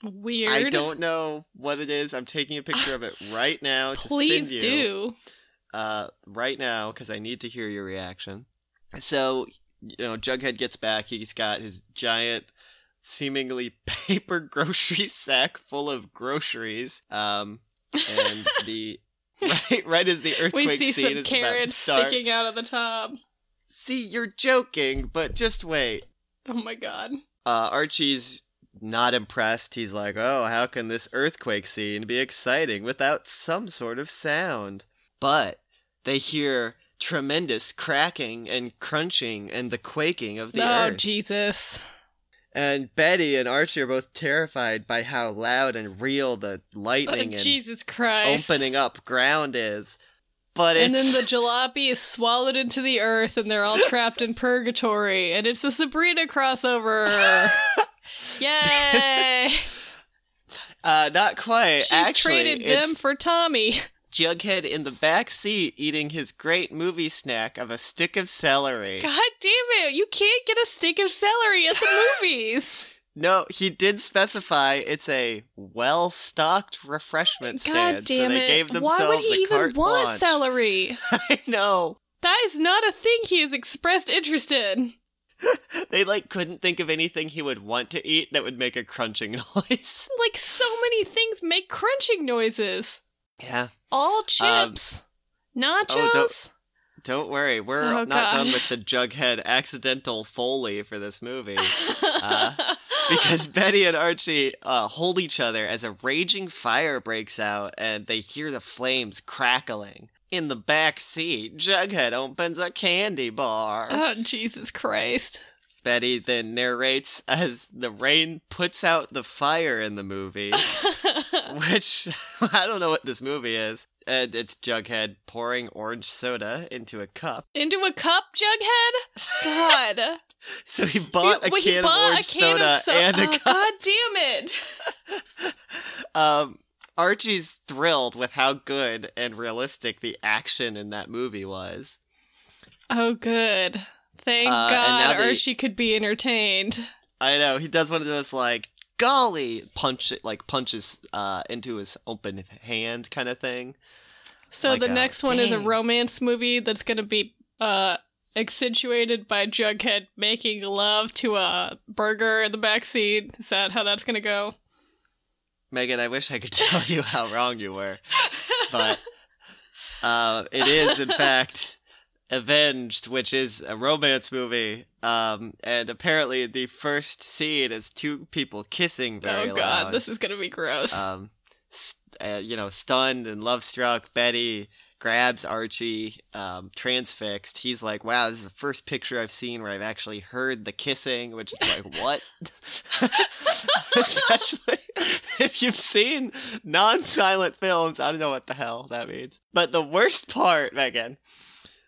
B: Weird.
A: I don't know what it is. I'm taking a picture of it right now to
B: Please
A: send you
B: do.
A: uh, right now because I need to hear your reaction. So, you know, Jughead gets back. He's got his giant, seemingly [laughs] paper grocery sack full of groceries. Um,
B: [laughs]
A: and the right, right as the earthquake
B: We see
A: scene
B: some
A: is about to
B: carrots
A: start.
B: sticking out of the top.
A: See, you're joking, but just wait.
B: Oh my god.
A: Uh, Archie's not impressed. He's like, oh, how can this earthquake scene be exciting without some sort of sound? But they hear tremendous cracking and crunching and the quaking of the
B: oh
A: earth.
B: Jesus.
A: And Betty and Archie are both terrified by how loud and real the
B: Oh,
A: lightning and
B: Jesus Christ.
A: opening up ground is. But it's
B: And then the
A: [laughs]
B: jalopy is swallowed into the earth and they're all trapped in purgatory. And it's a Sabrina crossover.
A: [laughs]
B: Yay!
A: uh, not quite.
B: She's
A: Actually,
B: traded
A: it's-
B: them for Tommy.
A: Jughead in the back seat eating his great movie snack of a stick of celery.
B: God damn it, you can't get a stick of celery
A: [laughs]
B: at the movies.
A: No, he did specify it's a well-stocked refreshment stand,
B: God damn
A: so they
B: it.
A: gave themselves
B: Why would he
A: a
B: even
A: carte
B: want
A: blanche.
B: celery?
A: [laughs] I know
B: That is not a thing he has expressed interest in.
A: they like couldn't think of anything he would want to eat that would make a crunching [laughs] noise.
B: Like so many things make crunching noises.
A: Yeah,
B: All
A: Um,
B: chips,
A: oh, don't-
B: nachos.
A: don't worry, we're
B: Oh,
A: not
B: God.
A: done with the Jughead accidental foley for this
B: [laughs]
A: movie. oh, Uh, because Betty and Archie uh, hold each other as a raging fire breaks out and they hear the flames crackling. In the back seat, Jughead opens a candy bar.
B: oh
A: [laughs]
B: Jesus Christ!
A: Betty then narrates as the rain puts out the fire in the [laughs] movie, which [laughs] I don't know what this movie is. And it's Jughead pouring orange soda into a cup.
B: Into a cup, Jughead. God,
A: So he [laughs] bought a
B: Well,
A: can of uh-huh. orange soda
B: so-
A: and a
B: Oh,
A: cup.
B: God damn it!
A: um, Archie's thrilled with how good and realistic the action in that movie was.
B: Oh, good. Thank
A: Uh, and now
B: God
A: they-
B: Archie could be entertained.
A: I know he does one of those like golly punch like punches uh, into his open hand kind of thing.
B: So
A: Like
B: the
A: a
B: next one is a
A: bang.
B: romance movie that's going to be uh, accentuated by Jughead making love to a burger in the backseat. Is that how that's going to go?
A: [laughs]
B: [laughs]
A: Megan, I wish I could tell you how wrong you were, but Uh, it is, in fact, Avenged, which is a romance movie. Um, and apparently, the first scene is two people kissing very
B: oh god,
A: loud.
B: this is gonna be gross.
A: um, st- uh, you know, stunned and love struck, Betty grabs Archie, um, transfixed. He's like, "Wow, this is the first picture I've seen where I've actually heard the kissing," which is like, "What?" [laughs] Especially if you've seen non-silent films, I don't know what the hell that means. But the worst part, Megan,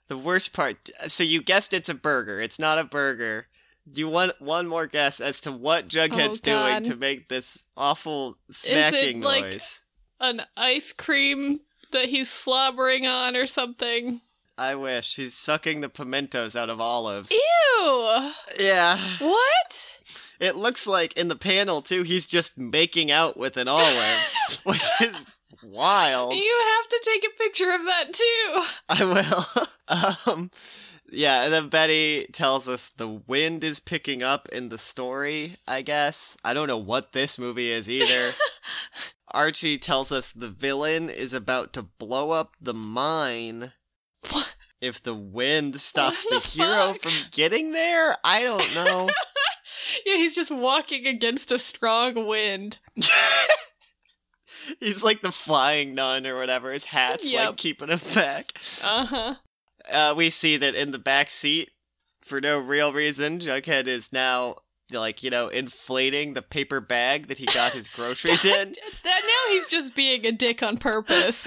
A: the worst part. So you guessed it's a burger. It's not a burger. Do you want one more guess as to what Jughead's doing
B: God.
A: to make this awful smacking
B: like-
A: noise.
B: An ice cream that he's slobbering on or something.
A: I wish he's sucking the pimentos out of olives.
B: Ew!
A: Yeah,
B: What?
A: it looks like in the panel too. He's just making out with an olive, which is wild.
B: You have to take a picture of that too.
A: [laughs] I will. [laughs] um, yeah, and then Betty tells us the wind is picking up in the story. I guess I don't know what this movie is
B: [laughs]
A: either. Archie tells us the villain is about to blow up the mine.
B: What?
A: If the wind stops
B: What
A: the,
B: the
A: hero
B: fuck?
A: from getting there, I don't
B: [laughs]
A: know.
B: Yeah, he's just walking against a strong wind.
A: He's like the flying nun or whatever. His hat's like
B: Yep.
A: keeping him back.
B: Uh huh.
A: uh, we see that in the back seat, for no real reason, Jughead is now like you know inflating the paper bag that he got
B: [laughs]
A: his groceries in.
B: That now he's just being a dick on purpose.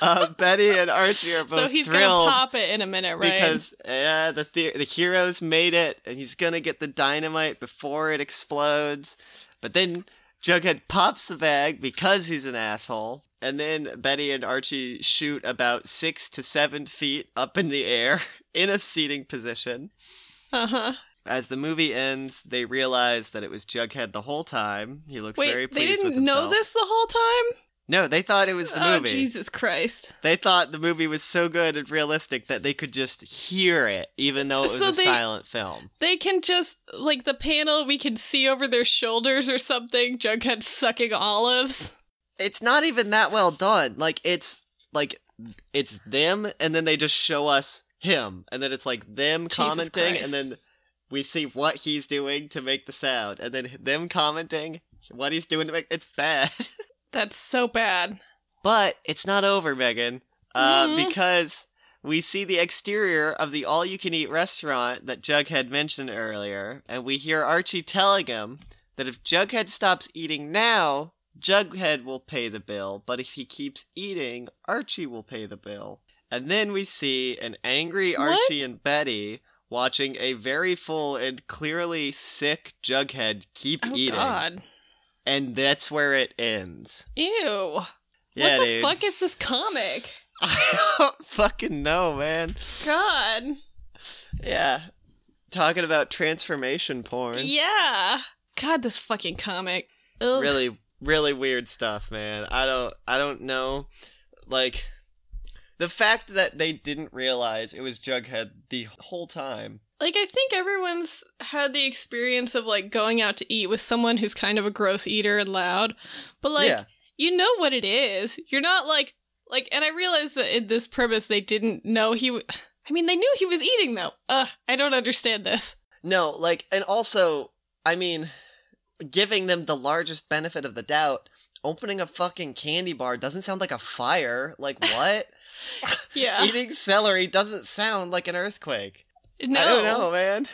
A: uh, Betty and Archie are both
B: so he's
A: thrilled
B: gonna pop it in a minute, right? [laughs]
A: because uh, the, the the heroes made it, and he's gonna get the dynamite before it explodes. But then Jughead pops the bag because he's an asshole, and then Betty and Archie shoot about six to seven feet up in the air [laughs] in a seating position.
B: uh huh.
A: As the movie ends, they realize that it was Jughead the whole time. He looks very
B: Wait,
A: pleased
B: they
A: with
B: didn't
A: himself.
B: know this the whole time.
A: No, they thought it was the
B: [laughs] oh
A: movie.
B: Jesus Christ!
A: They thought the movie was so good and realistic that they could just hear it, even though it was
B: So
A: a
B: they-
A: silent film.
B: They can just like the panel. We can see over their shoulders or something. Jughead sucking olives.
A: It's not even that well done. Like it's like it's them, and then they just show us him, and then it's like them
B: Jesus
A: commenting, and
B: Christ.
A: then we see what he's doing to make the sound, and then them commenting what he's doing to make it's bad. [laughs]
B: That's so bad.
A: But it's not over, Megan, uh,
B: Mhm.
A: because we see the exterior of the all you can eat restaurant that Jughead mentioned earlier, and we hear Archie telling him that if Jughead stops eating now, Jughead will pay the bill, but if he keeps eating, Archie will pay the bill. And then we see an angry
B: What?
A: Archie and Betty watching a very full and clearly sick Jughead keep
B: Oh
A: eating.
B: God.
A: And that's where it ends.
B: Ew.
A: Yeah,
B: what the
A: dude.
B: fuck is this comic?
A: [laughs] I don't fucking know, man.
B: God.
A: Yeah. Talking about transformation porn.
B: Yeah. God, this fucking comic. Ugh.
A: Really, really weird stuff, man. I don't I don't know. Like the fact that they didn't realize it was Jughead the whole time.
B: Like, I think everyone's had the experience of like going out to eat with someone who's kind of a gross eater and loud, but like,
A: yeah.
B: you know what it is. You're not like, like, and I realize that in this premise, they didn't know he. W- I mean, they knew he was eating though. Ugh, I don't understand this. [laughs]
A: No, like and also, I mean, giving them the largest benefit of the doubt, opening a fucking candy bar doesn't sound like a fire. Like what?
B: Yeah.
A: Eating celery doesn't sound like an earthquake.
B: no.
A: I don't know, man.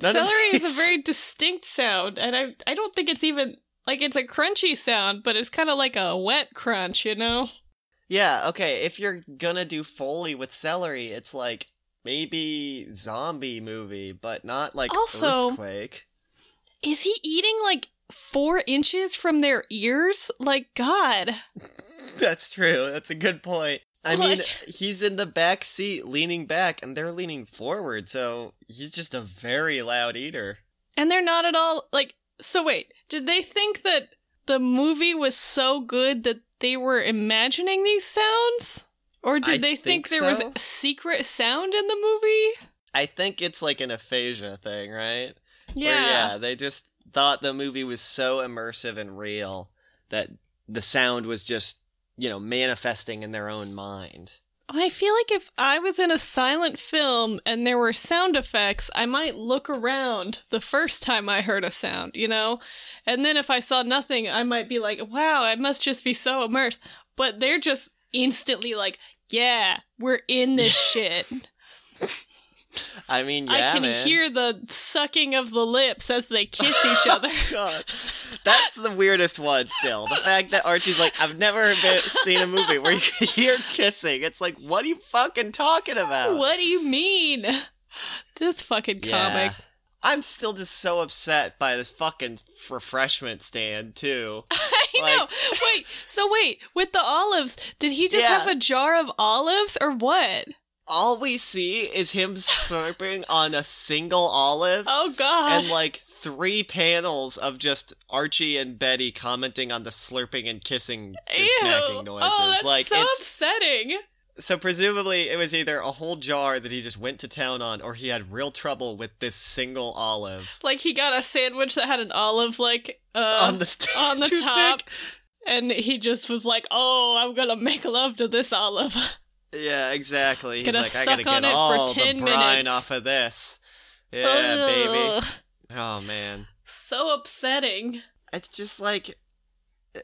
A: None of
B: Celery is a
A: these-
B: very distinct sound, and I I don't think it's even like it's a crunchy sound, but it's kind of like a wet crunch, you know?
A: [laughs] Yeah, okay. If you're gonna do Foley with celery, it's like maybe zombie movie, but not like
B: Also-
A: earthquake. [laughs]
B: Is he eating like four inches from their ears? Like God,
A: That's true. That's a good point. I mean,
B: Like-
A: he's in the back seat leaning back and they're leaning forward, so he's just a very loud eater.
B: and they're not at all like. So wait, did they think that the movie was so good that they were imagining these sounds? Or did
A: I
B: they
A: think
B: think, there was
A: so.
B: a secret sound in the movie?
A: I think it's like an aphasia thing, right? Where,
B: yeah.
A: yeah, they just thought the movie was so immersive and real that the sound was just you know, manifesting in their own mind.
B: I feel like if I was in a silent film and there were sound effects, I might look around the first time I heard a sound, you know? And then if I saw nothing, I might be like, wow, I must just be so immersed. But they're just instantly like, yeah, we're in this shit.
A: I mean, yeah,
B: I can
A: man.
B: hear the sucking of the lips as they kiss
A: [laughs]
B: each other.
A: God, that's the weirdest one. Still, the fact that Archie's like, I've never been, seen a movie where you can hear kissing. It's like, what are you fucking talking about?
B: [laughs] What do you mean? This fucking comic. [laughs]
A: I'm still just so upset by this fucking refreshment stand too.
B: I
A: Like-
B: know. Wait. So wait, with the olives, did he just
A: Yeah.
B: have a jar of olives or what?
A: All we see is him slurping on a single olive
B: Oh god.
A: and like three panels of just Archie and Betty commenting on the slurping and kissing and
B: Ew.
A: snacking noises.
B: Oh, that's
A: like
B: so
A: it's
B: upsetting.
A: so presumably it was either a whole jar that he just went to town on or he had real trouble with this single olive
B: Like he got a sandwich that had an olive like uh,
A: on the st-
B: on the
A: [laughs] toothpick.
B: top. and he just was like, "Oh, I'm gonna make love to this olive."
A: Yeah, exactly. He's
B: Gonna
A: like, I
B: suck
A: gotta
B: on
A: get
B: it for
A: all
B: 10
A: the brine
B: minutes."
A: off of this. Yeah, baby.
B: [laughs] Ugh.
A: Oh man,
B: So upsetting.
A: it's just like, uh,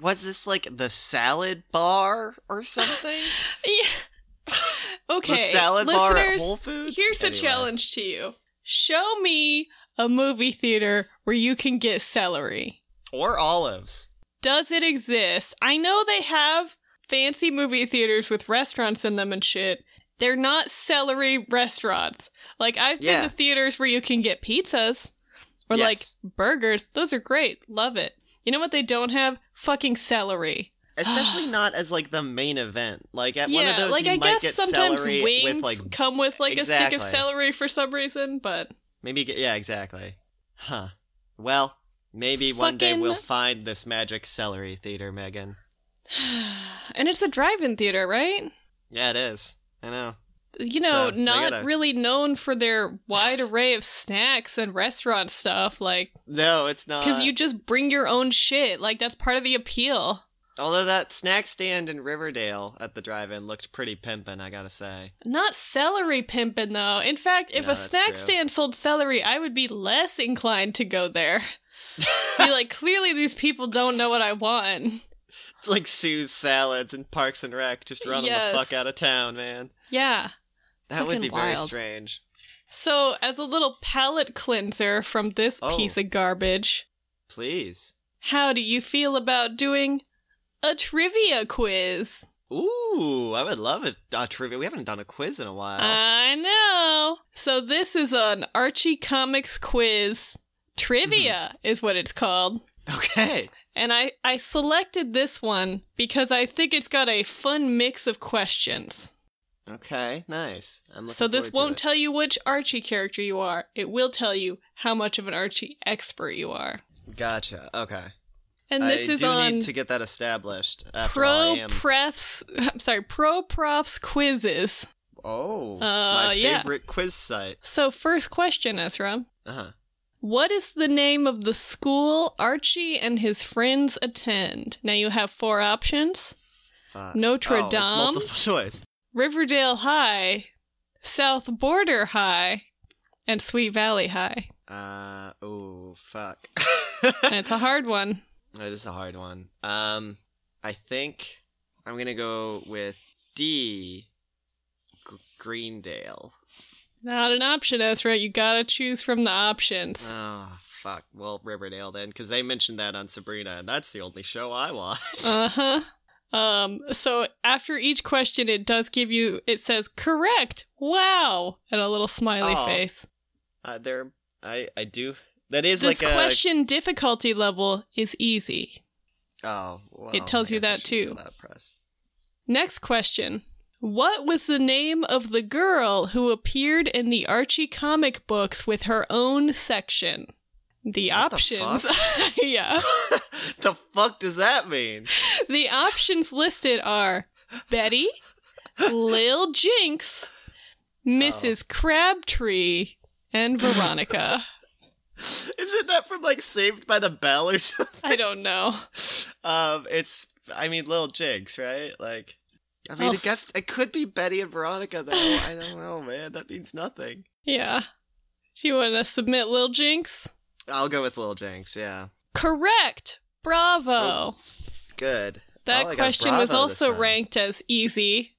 A: was this like the salad bar or something?
B: Yeah. [laughs]
A: the
B: okay,
A: salad bar at
B: listeners,
A: Whole Foods.
B: here's a
A: Anyway.
B: challenge to you: show me a movie theater where you can get celery.
A: or olives.
B: Does it exist? I know they have fancy movie theaters with restaurants in them and shit. They're not celery restaurants. Like I've been
A: Yeah.
B: to theaters where you can get pizzas or
A: Yes.
B: like burgers. Those are great. Love it. You know what they don't have? Fucking celery. [gasps]
A: Especially not as like the main event. Like at one of
B: yeah,
A: those,
B: like
A: you
B: I
A: might
B: guess
A: get
B: sometimes
A: celery
B: wings
A: with like
B: come with like a stick of
A: Exactly.
B: celery for some reason, but [sighs]
A: maybe. you Get, yeah, exactly. Huh. Well, maybe one day
B: Fucking-
A: we'll find this magic celery theater, Megan.
B: and it's a drive-in theater, right?
A: Yeah, it is. I know.
B: you know,
A: So, they
B: not
A: gotta-
B: really known for their wide array of snacks and restaurant stuff, like
A: No, it's not.
B: because you just bring your own shit. Like that's part of the appeal.
A: Although that snack stand in Riverdale at the drive-in looked pretty pimpin', I gotta say.
B: Not celery pimping though. In fact, if
A: No,
B: a
A: that's
B: snack
A: true.
B: stand sold celery, I would be less inclined to go
A: [laughs]
B: there. be like, clearly these people don't know what I want.
A: It's like Sue's salads and Parks and Rec just running
B: Yes.
A: the fuck out of town, man.
B: Yeah.
A: That would
B: Fucking
A: be very
B: wild.
A: strange.
B: So, as a little palate cleanser from this
A: Oh.
B: piece of garbage,
A: Please.
B: how do you feel about doing a trivia quiz?
A: Ooh, I would love a, a trivia. We haven't done a quiz in a while.
B: I know. So this is an Archie Comics quiz. Trivia
A: Mm-hmm.
B: is what it's called.
A: okay.
B: And I, I selected this one because I think it's got a fun mix of questions.
A: Okay. Nice. I'm looking
B: So this
A: forward to
B: won't
A: it.
B: tell you which Archie character you are. It will tell you how much of an Archie expert you are.
A: Gotcha. Okay.
B: And this
A: I
B: is
A: do
B: on
A: need to get that established. After all, I
B: pro
A: am.
B: profs [laughs] I'm sorry, pro profs quizzes.
A: oh,
B: Uh,
A: my
B: yeah.
A: favorite quiz site.
B: So first question, Ezra.
A: Uh huh.
B: What is the name of the school Archie and his friends attend? Now you have four options
A: Fuck.
B: Notre
A: Oh, it's
B: Dame?
A: multiple [laughs] choice.
B: Riverdale High, South Border High, and Sweet Valley High.
A: Uh oh fuck. [laughs]
B: That's a hard one.
A: that is a hard one. Um I think I'm gonna go with D Gr- Greendale.
B: Not an option, Ezra. You gotta choose from the options.
A: Oh fuck. Well Riverdale then, because they mentioned that on Sabrina, and that's the only show I watch.
B: [laughs] Uh huh. Um, so after each question, it does give you, it says correct, wow, and a little smiley
A: Aw.
B: face.
A: Uh, there I I do that is
B: This
A: like a
B: question difficulty level is easy.
A: Oh well,
B: It tells
A: I
B: you
A: guess I
B: that,
A: shouldn't
B: too.
A: feel that
B: [laughs]
A: pressed. [laughs]
B: Next question. What was the name of the girl who appeared in the Archie comic books with her own section? The
A: What the
B: options. [laughs] yeah.
A: the fuck does that mean?
B: The options listed are Betty, Lil Jinx,
A: Oh.
B: Mrs. Crabtree, and Veronica.
A: Isn't that from like Saved by the Bell or [laughs] something?
B: I don't know.
A: Um, it's I mean, little jigs, right? Like, I mean,
B: I'll
A: I guess it could be Betty and Veronica, though. I don't know, man. That means nothing.
B: Yeah. Do you want to submit Lil Jinx?
A: I'll go with little jinx. Yeah,
B: Correct. Bravo.
A: Oh, good.
B: That
A: Oh, I got
B: question was
A: Bravo this
B: also
A: time.
B: ranked as easy.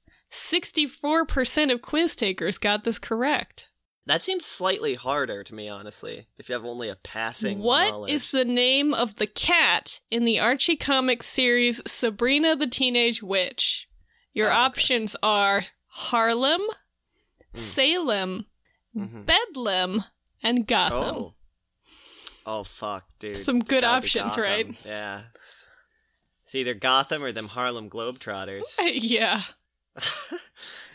B: 64% of quiz takers got this correct.
A: That seems slightly harder to me, honestly. If you have only a
B: What
A: passing.
B: is
A: knowledge.
B: the name of the cat in the Archie comics series Sabrina the Teenage Witch? Your
A: Oh, okay.
B: options are Harlem,
A: Mm.
B: Salem,
A: Mhm.
B: Bedlam, and Gotham.
A: Oh. Oh fuck, dude.
B: Some
A: It's
B: good
A: gotta be
B: options,
A: Gotham.
B: right?
A: Yeah. It's either Gotham or them Harlem Globetrotters.
B: [laughs] yeah.
A: [laughs]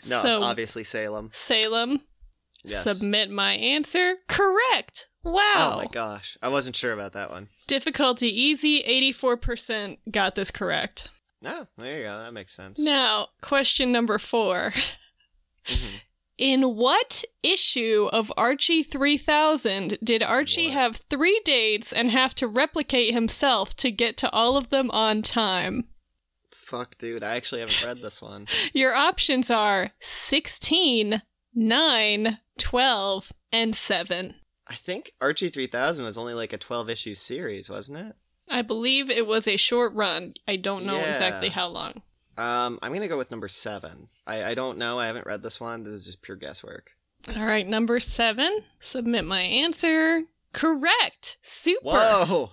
A: no,
B: So-
A: obviously Salem.
B: Salem,
A: Yes.
B: submit my answer. Correct. Wow.
A: Oh my gosh. I wasn't sure about that one.
B: Difficulty easy, 84% got this correct.
A: No, there you go. That makes sense.
B: Now, question number four.
A: Mhm.
B: In what issue of Archie 3000 did Archie
A: What?
B: have three dates and have to replicate himself to get to all of them on time?
A: Fuck, dude. I actually haven't read this one.
B: Your options are 16, 9, 12, and 7.
A: I think Archie 3000 was only like a 12 issue series, wasn't it?
B: I believe it was a short run. I don't know
A: Yeah.
B: exactly how long.
A: Um, I'm gonna go with number seven. I, I don't know. I haven't read this one. This is just pure guesswork.
B: All right, number seven. Submit my answer. Correct. Super.
A: Whoa!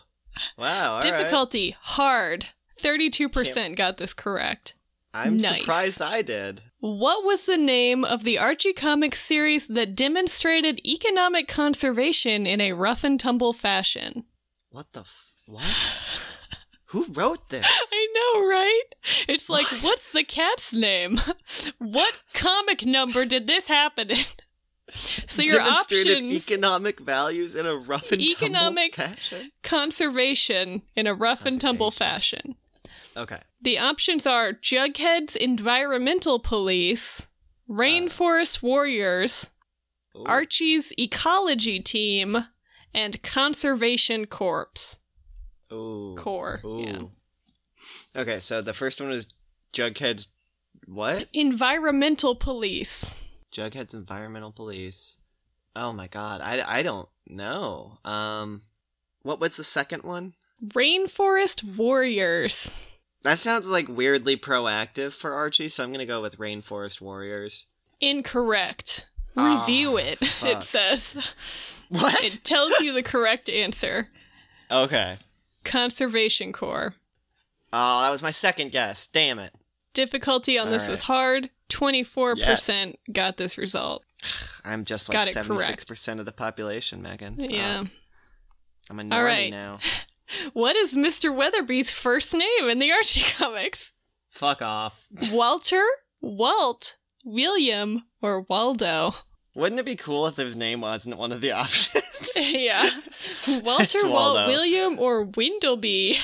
A: Wow. all right.
B: Difficulty hard. 32% got this correct.
A: I'm
B: Nice.
A: surprised I did.
B: What was the name of the Archie Comics series that demonstrated economic conservation in a rough and tumble fashion?
A: What the? F- what? [laughs] Who wrote [laughs] this?
B: I know, right? It's like,
A: What?
B: what's the cat's name? [laughs] what comic number did this happen in? So your
A: Demonstrated
B: options
A: economic values in a rough and tumble
B: Economic-
A: fashion?
B: conservation in a rough and tumble fashion.
A: Okay.
B: The options are Jughead's Environmental Police,
A: Ah.
B: Rainforest Warriors,
A: Ooh.
B: Archie's Ecology Team, and Conservation Corps.
A: Ooh.
B: Core. Yeah.
A: Ooh. Okay, so the first one was Jughead's what?
B: Environmental Police.
A: Jughead's environmental police. Oh my god, I, I don't know. Um, what was the second one?
B: Rainforest Warriors.
A: That sounds like weirdly proactive for Archie, so I'm gonna go with Rainforest Warriors.
B: Incorrect.
A: Ah,
B: Review it, [laughs]
A: fuck.
B: it says.
A: What?
B: It tells you the correct answer
A: okay.
B: Conservation Corps.
A: Oh, that was my second guess. Damn it.
B: Difficulty on this
A: All
B: was hard. 24% got this result.
A: I'm just
B: Got
A: like
B: it
A: seventy
B: correct.
A: six percent of the population, Megan.
B: Yeah.
A: Fuck. I'm a
B: All
A: normie
B: right.
A: now.
B: What is Mr. Weatherby's first name in the Archie [laughs] comics?
A: Fuck off.
B: Walter, Walt, William, or Waldo?
A: Wouldn't it be cool if his name wasn't one of the [laughs] options?
B: yeah.
A: It's
B: Walter,
A: Waldo.
B: Walt, William, or Windleby.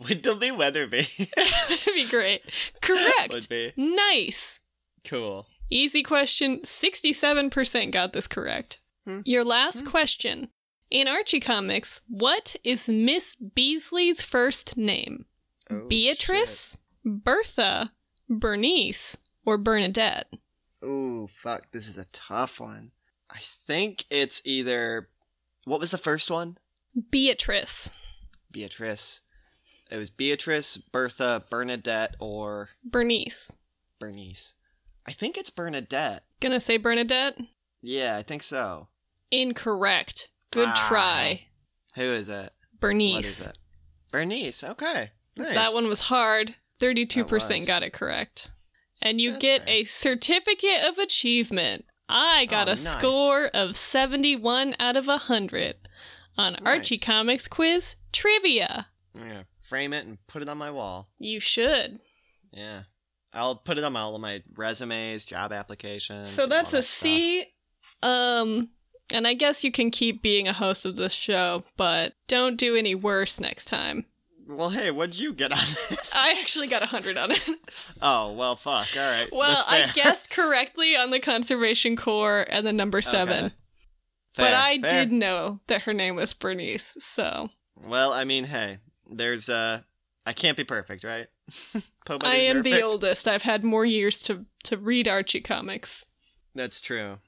A: Windleby Weatherby
B: [laughs]
A: [laughs]
B: That'd be great. Correct.
A: would be
B: Nice.
A: cool.
B: Easy question. 67% got this correct.
A: Hmm.
B: Your last
A: Hmm.
B: question. In Archie Comics, what is Miss Beasley's first name?
A: Oh,
B: Beatrice, Bertha, Bernice, or Bernadette?
A: shit. Ooh, fuck. This is a tough one. I think it's either. What was the first one?
B: Beatrice,
A: Beatrice. It was Beatrice, Bertha, Bernadette, or
B: Bernice.
A: Bernice. I think it's Bernadette.
B: Gonna say Bernadette?
A: Yeah, I think so.
B: Incorrect. Good
A: Ah.
B: try,
A: Who is it?
B: Bernice.
A: What is it? Bernice. Okay. Nice.
B: That one was hard. 32%
A: That was.
B: got it correct. And you
A: That's
B: get
A: fair.
B: a certificate of achievement. I got
A: Oh,
B: a
A: nice.
B: score of 71 out of 100 on Archie
A: Nice.
B: Comics Quiz Trivia.
A: I'm gonna frame it and put it on my wall.
B: You should.
A: Yeah. I'll put it on all of my resumes, job applications.
B: so
A: and all
B: that's a
A: that stuff.
B: C. Um and I guess you can keep being a host of this show, but don't do any worse next time.
A: Well, hey, what'd you get on this?
B: I actually got 100 on it. [laughs]
A: Oh, well, fuck. All right.
B: Well,
A: That's
B: I
A: fair.
B: guessed correctly on the conservation corps and the number
A: [laughs]
B: seven,
A: Okay.
B: but
A: Fair,
B: I
A: fair.
B: did know that her name was Bernice. So
A: Well, I mean, hey, there's uh I can't be perfect, right? [laughs] Poe might
B: I
A: be
B: am the
A: perfect.
B: oldest. I've had more years to to read Archie comics.
A: That's true.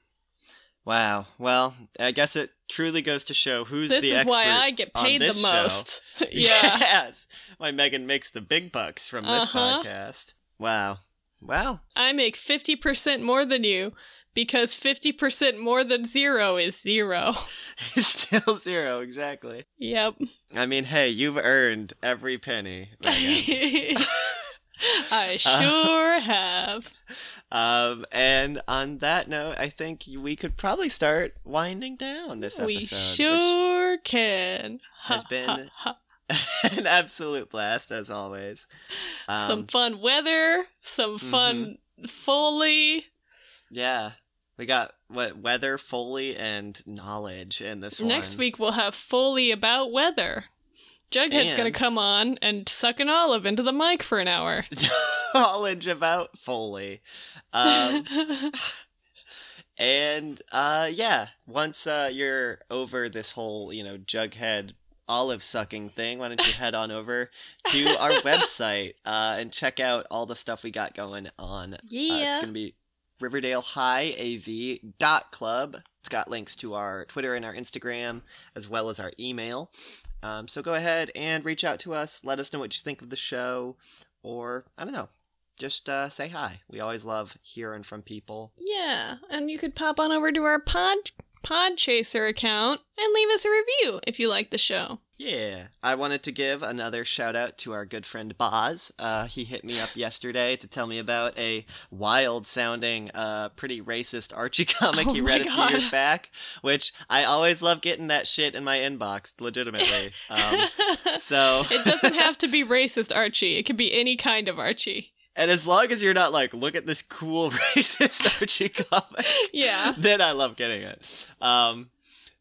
A: Wow. Well, I guess it truly goes to show who's
B: this
A: the
B: is
A: expert.
B: why
A: [laughs]
B: I get
A: on
B: paid the
A: this show. [laughs]
B: most. [laughs] yeah.
A: Yes. Why Megan makes the big bucks from this
B: Uh-huh.
A: podcast. Wow. [laughs] Wow.
B: I make 50% more than you because 50% more than 0 is 0.
A: Still zero, exactly.
B: [laughs] Yep.
A: I mean, hey, you've earned every
B: [laughs]
A: penny. Megan.
B: I
A: Uh,
B: sure have.
A: um, and on that note, I think we could probably start winding down this episode.
B: We
A: which-
B: sure can.
A: has
B: Ha,
A: been-
B: ha, ha.
A: [laughs] an absolute blast as always. Um, mm-hmm.
B: some fun weather, some fun Foley.
A: yeah, we got what weather, Foley, and knowledge in this
B: Next
A: one.
B: week we'll have Foley about weather. Jughead's gonna
A: And-
B: come on and suck an olive into the mic for an hour.
A: [laughs] knowledge about Foley.
B: [laughs]
A: Um, and uh, yeah, once uh, you're over this whole you know Jughead olive sucking thing, why don't you head on over to
B: [laughs]
A: our website uh, and check out all the stuff we got going on Uh, it's
B: yeah.
A: going to be Riverdale High AV dot club. It's got links to our Twitter and our Instagram, as well as our email. Um, so go ahead and reach out to us. Let us know what you think of the show, or I don't know, just uh, say hi. We always love hearing from people.
B: Yeah, and you could pop on over to our pod Podchaser account and leave us a review if you like the show.
A: Yeah, I wanted to give another shout out to our good friend Boz. Uh, he hit me
B: [laughs]
A: up yesterday to tell me about a wild sounding, uh, pretty racist Archie [laughs] comic
B: Oh
A: he
B: my
A: read a few
B: God.
A: years back, which I always love getting that shit in my inbox,
B: [laughs]
A: legitimately. Um, so,
B: it doesn't have to be racist Archie. It could be any kind of Archie.
A: [laughs] and as long as you're not like, look at this cool [laughs] racist Archie comic,
B: [laughs] Yeah.
A: then I love getting it. Um,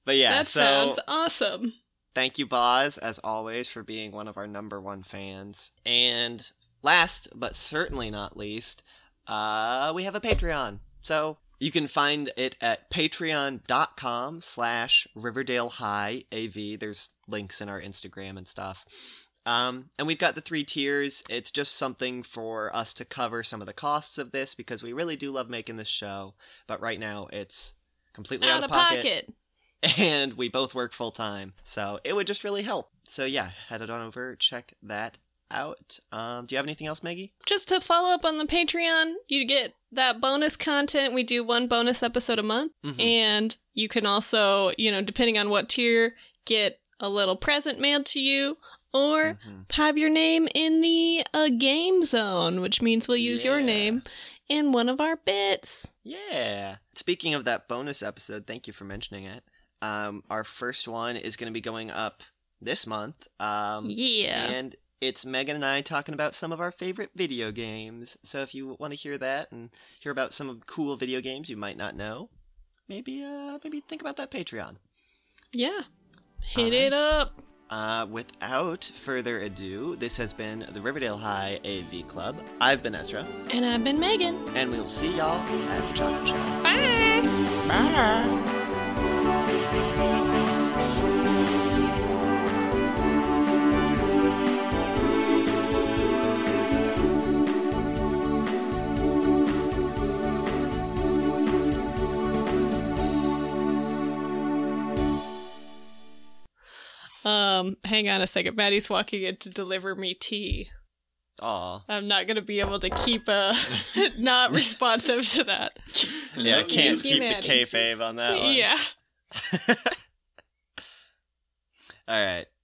A: but yeah,
B: that
A: so
B: sounds awesome.
A: Thank you, Boz, as always, for being one of our number one fans. And last but certainly not least, uh, we have a Patreon. So you can find it at patreon.com slash Riverdale High AV. There's links in our Instagram and stuff. Um, and we've got the three tiers. It's just something for us to cover some of the costs of this because we really do love making this show. But right now, it's completely out,
B: Out of pocket.
A: [laughs] and we both work full time, so it would just really help. So yeah, head it on over, check that out. Um, do you have anything else, Maggie?
B: Just to follow up on the Patreon, you get that bonus content. We do one bonus episode a month.
A: Mm-hmm.
B: And you can also, you know, depending on what tier, get a little present mailed to you or
A: Mm. Mm-hmm.
B: have your name in the uh, game zone, which means we'll use your
A: Yeah.
B: name in one of our bits.
A: Yeah. Speaking of that bonus episode, thank you for mentioning it. Um, our first one is going to be going up this month. Um,
B: yeah.
A: And it's Megan and I talking about some of our favorite video games. So if you want to hear that and hear about some cool video games you might not know, maybe uh, maybe think about that Patreon.
B: Yeah. Hit
A: All
B: it
A: right.
B: up.
A: Uh, without further ado, this has been the Riverdale High AV Club. I've been Ezra,
B: And I've been Megan.
A: and we'll see y'all at the Chocolate Shop.
B: Bye.
A: Bye.
B: Um, hang on a second. Maddie's walking in to deliver me tea.
A: Aw.
B: I'm not gonna be able to keep uh [laughs] not responsive to that.
A: Yeah, I can't
B: Thank you,
A: keep the
B: Maddie. [laughs]
A: kayfabe on that one.
B: Yeah.
A: All right.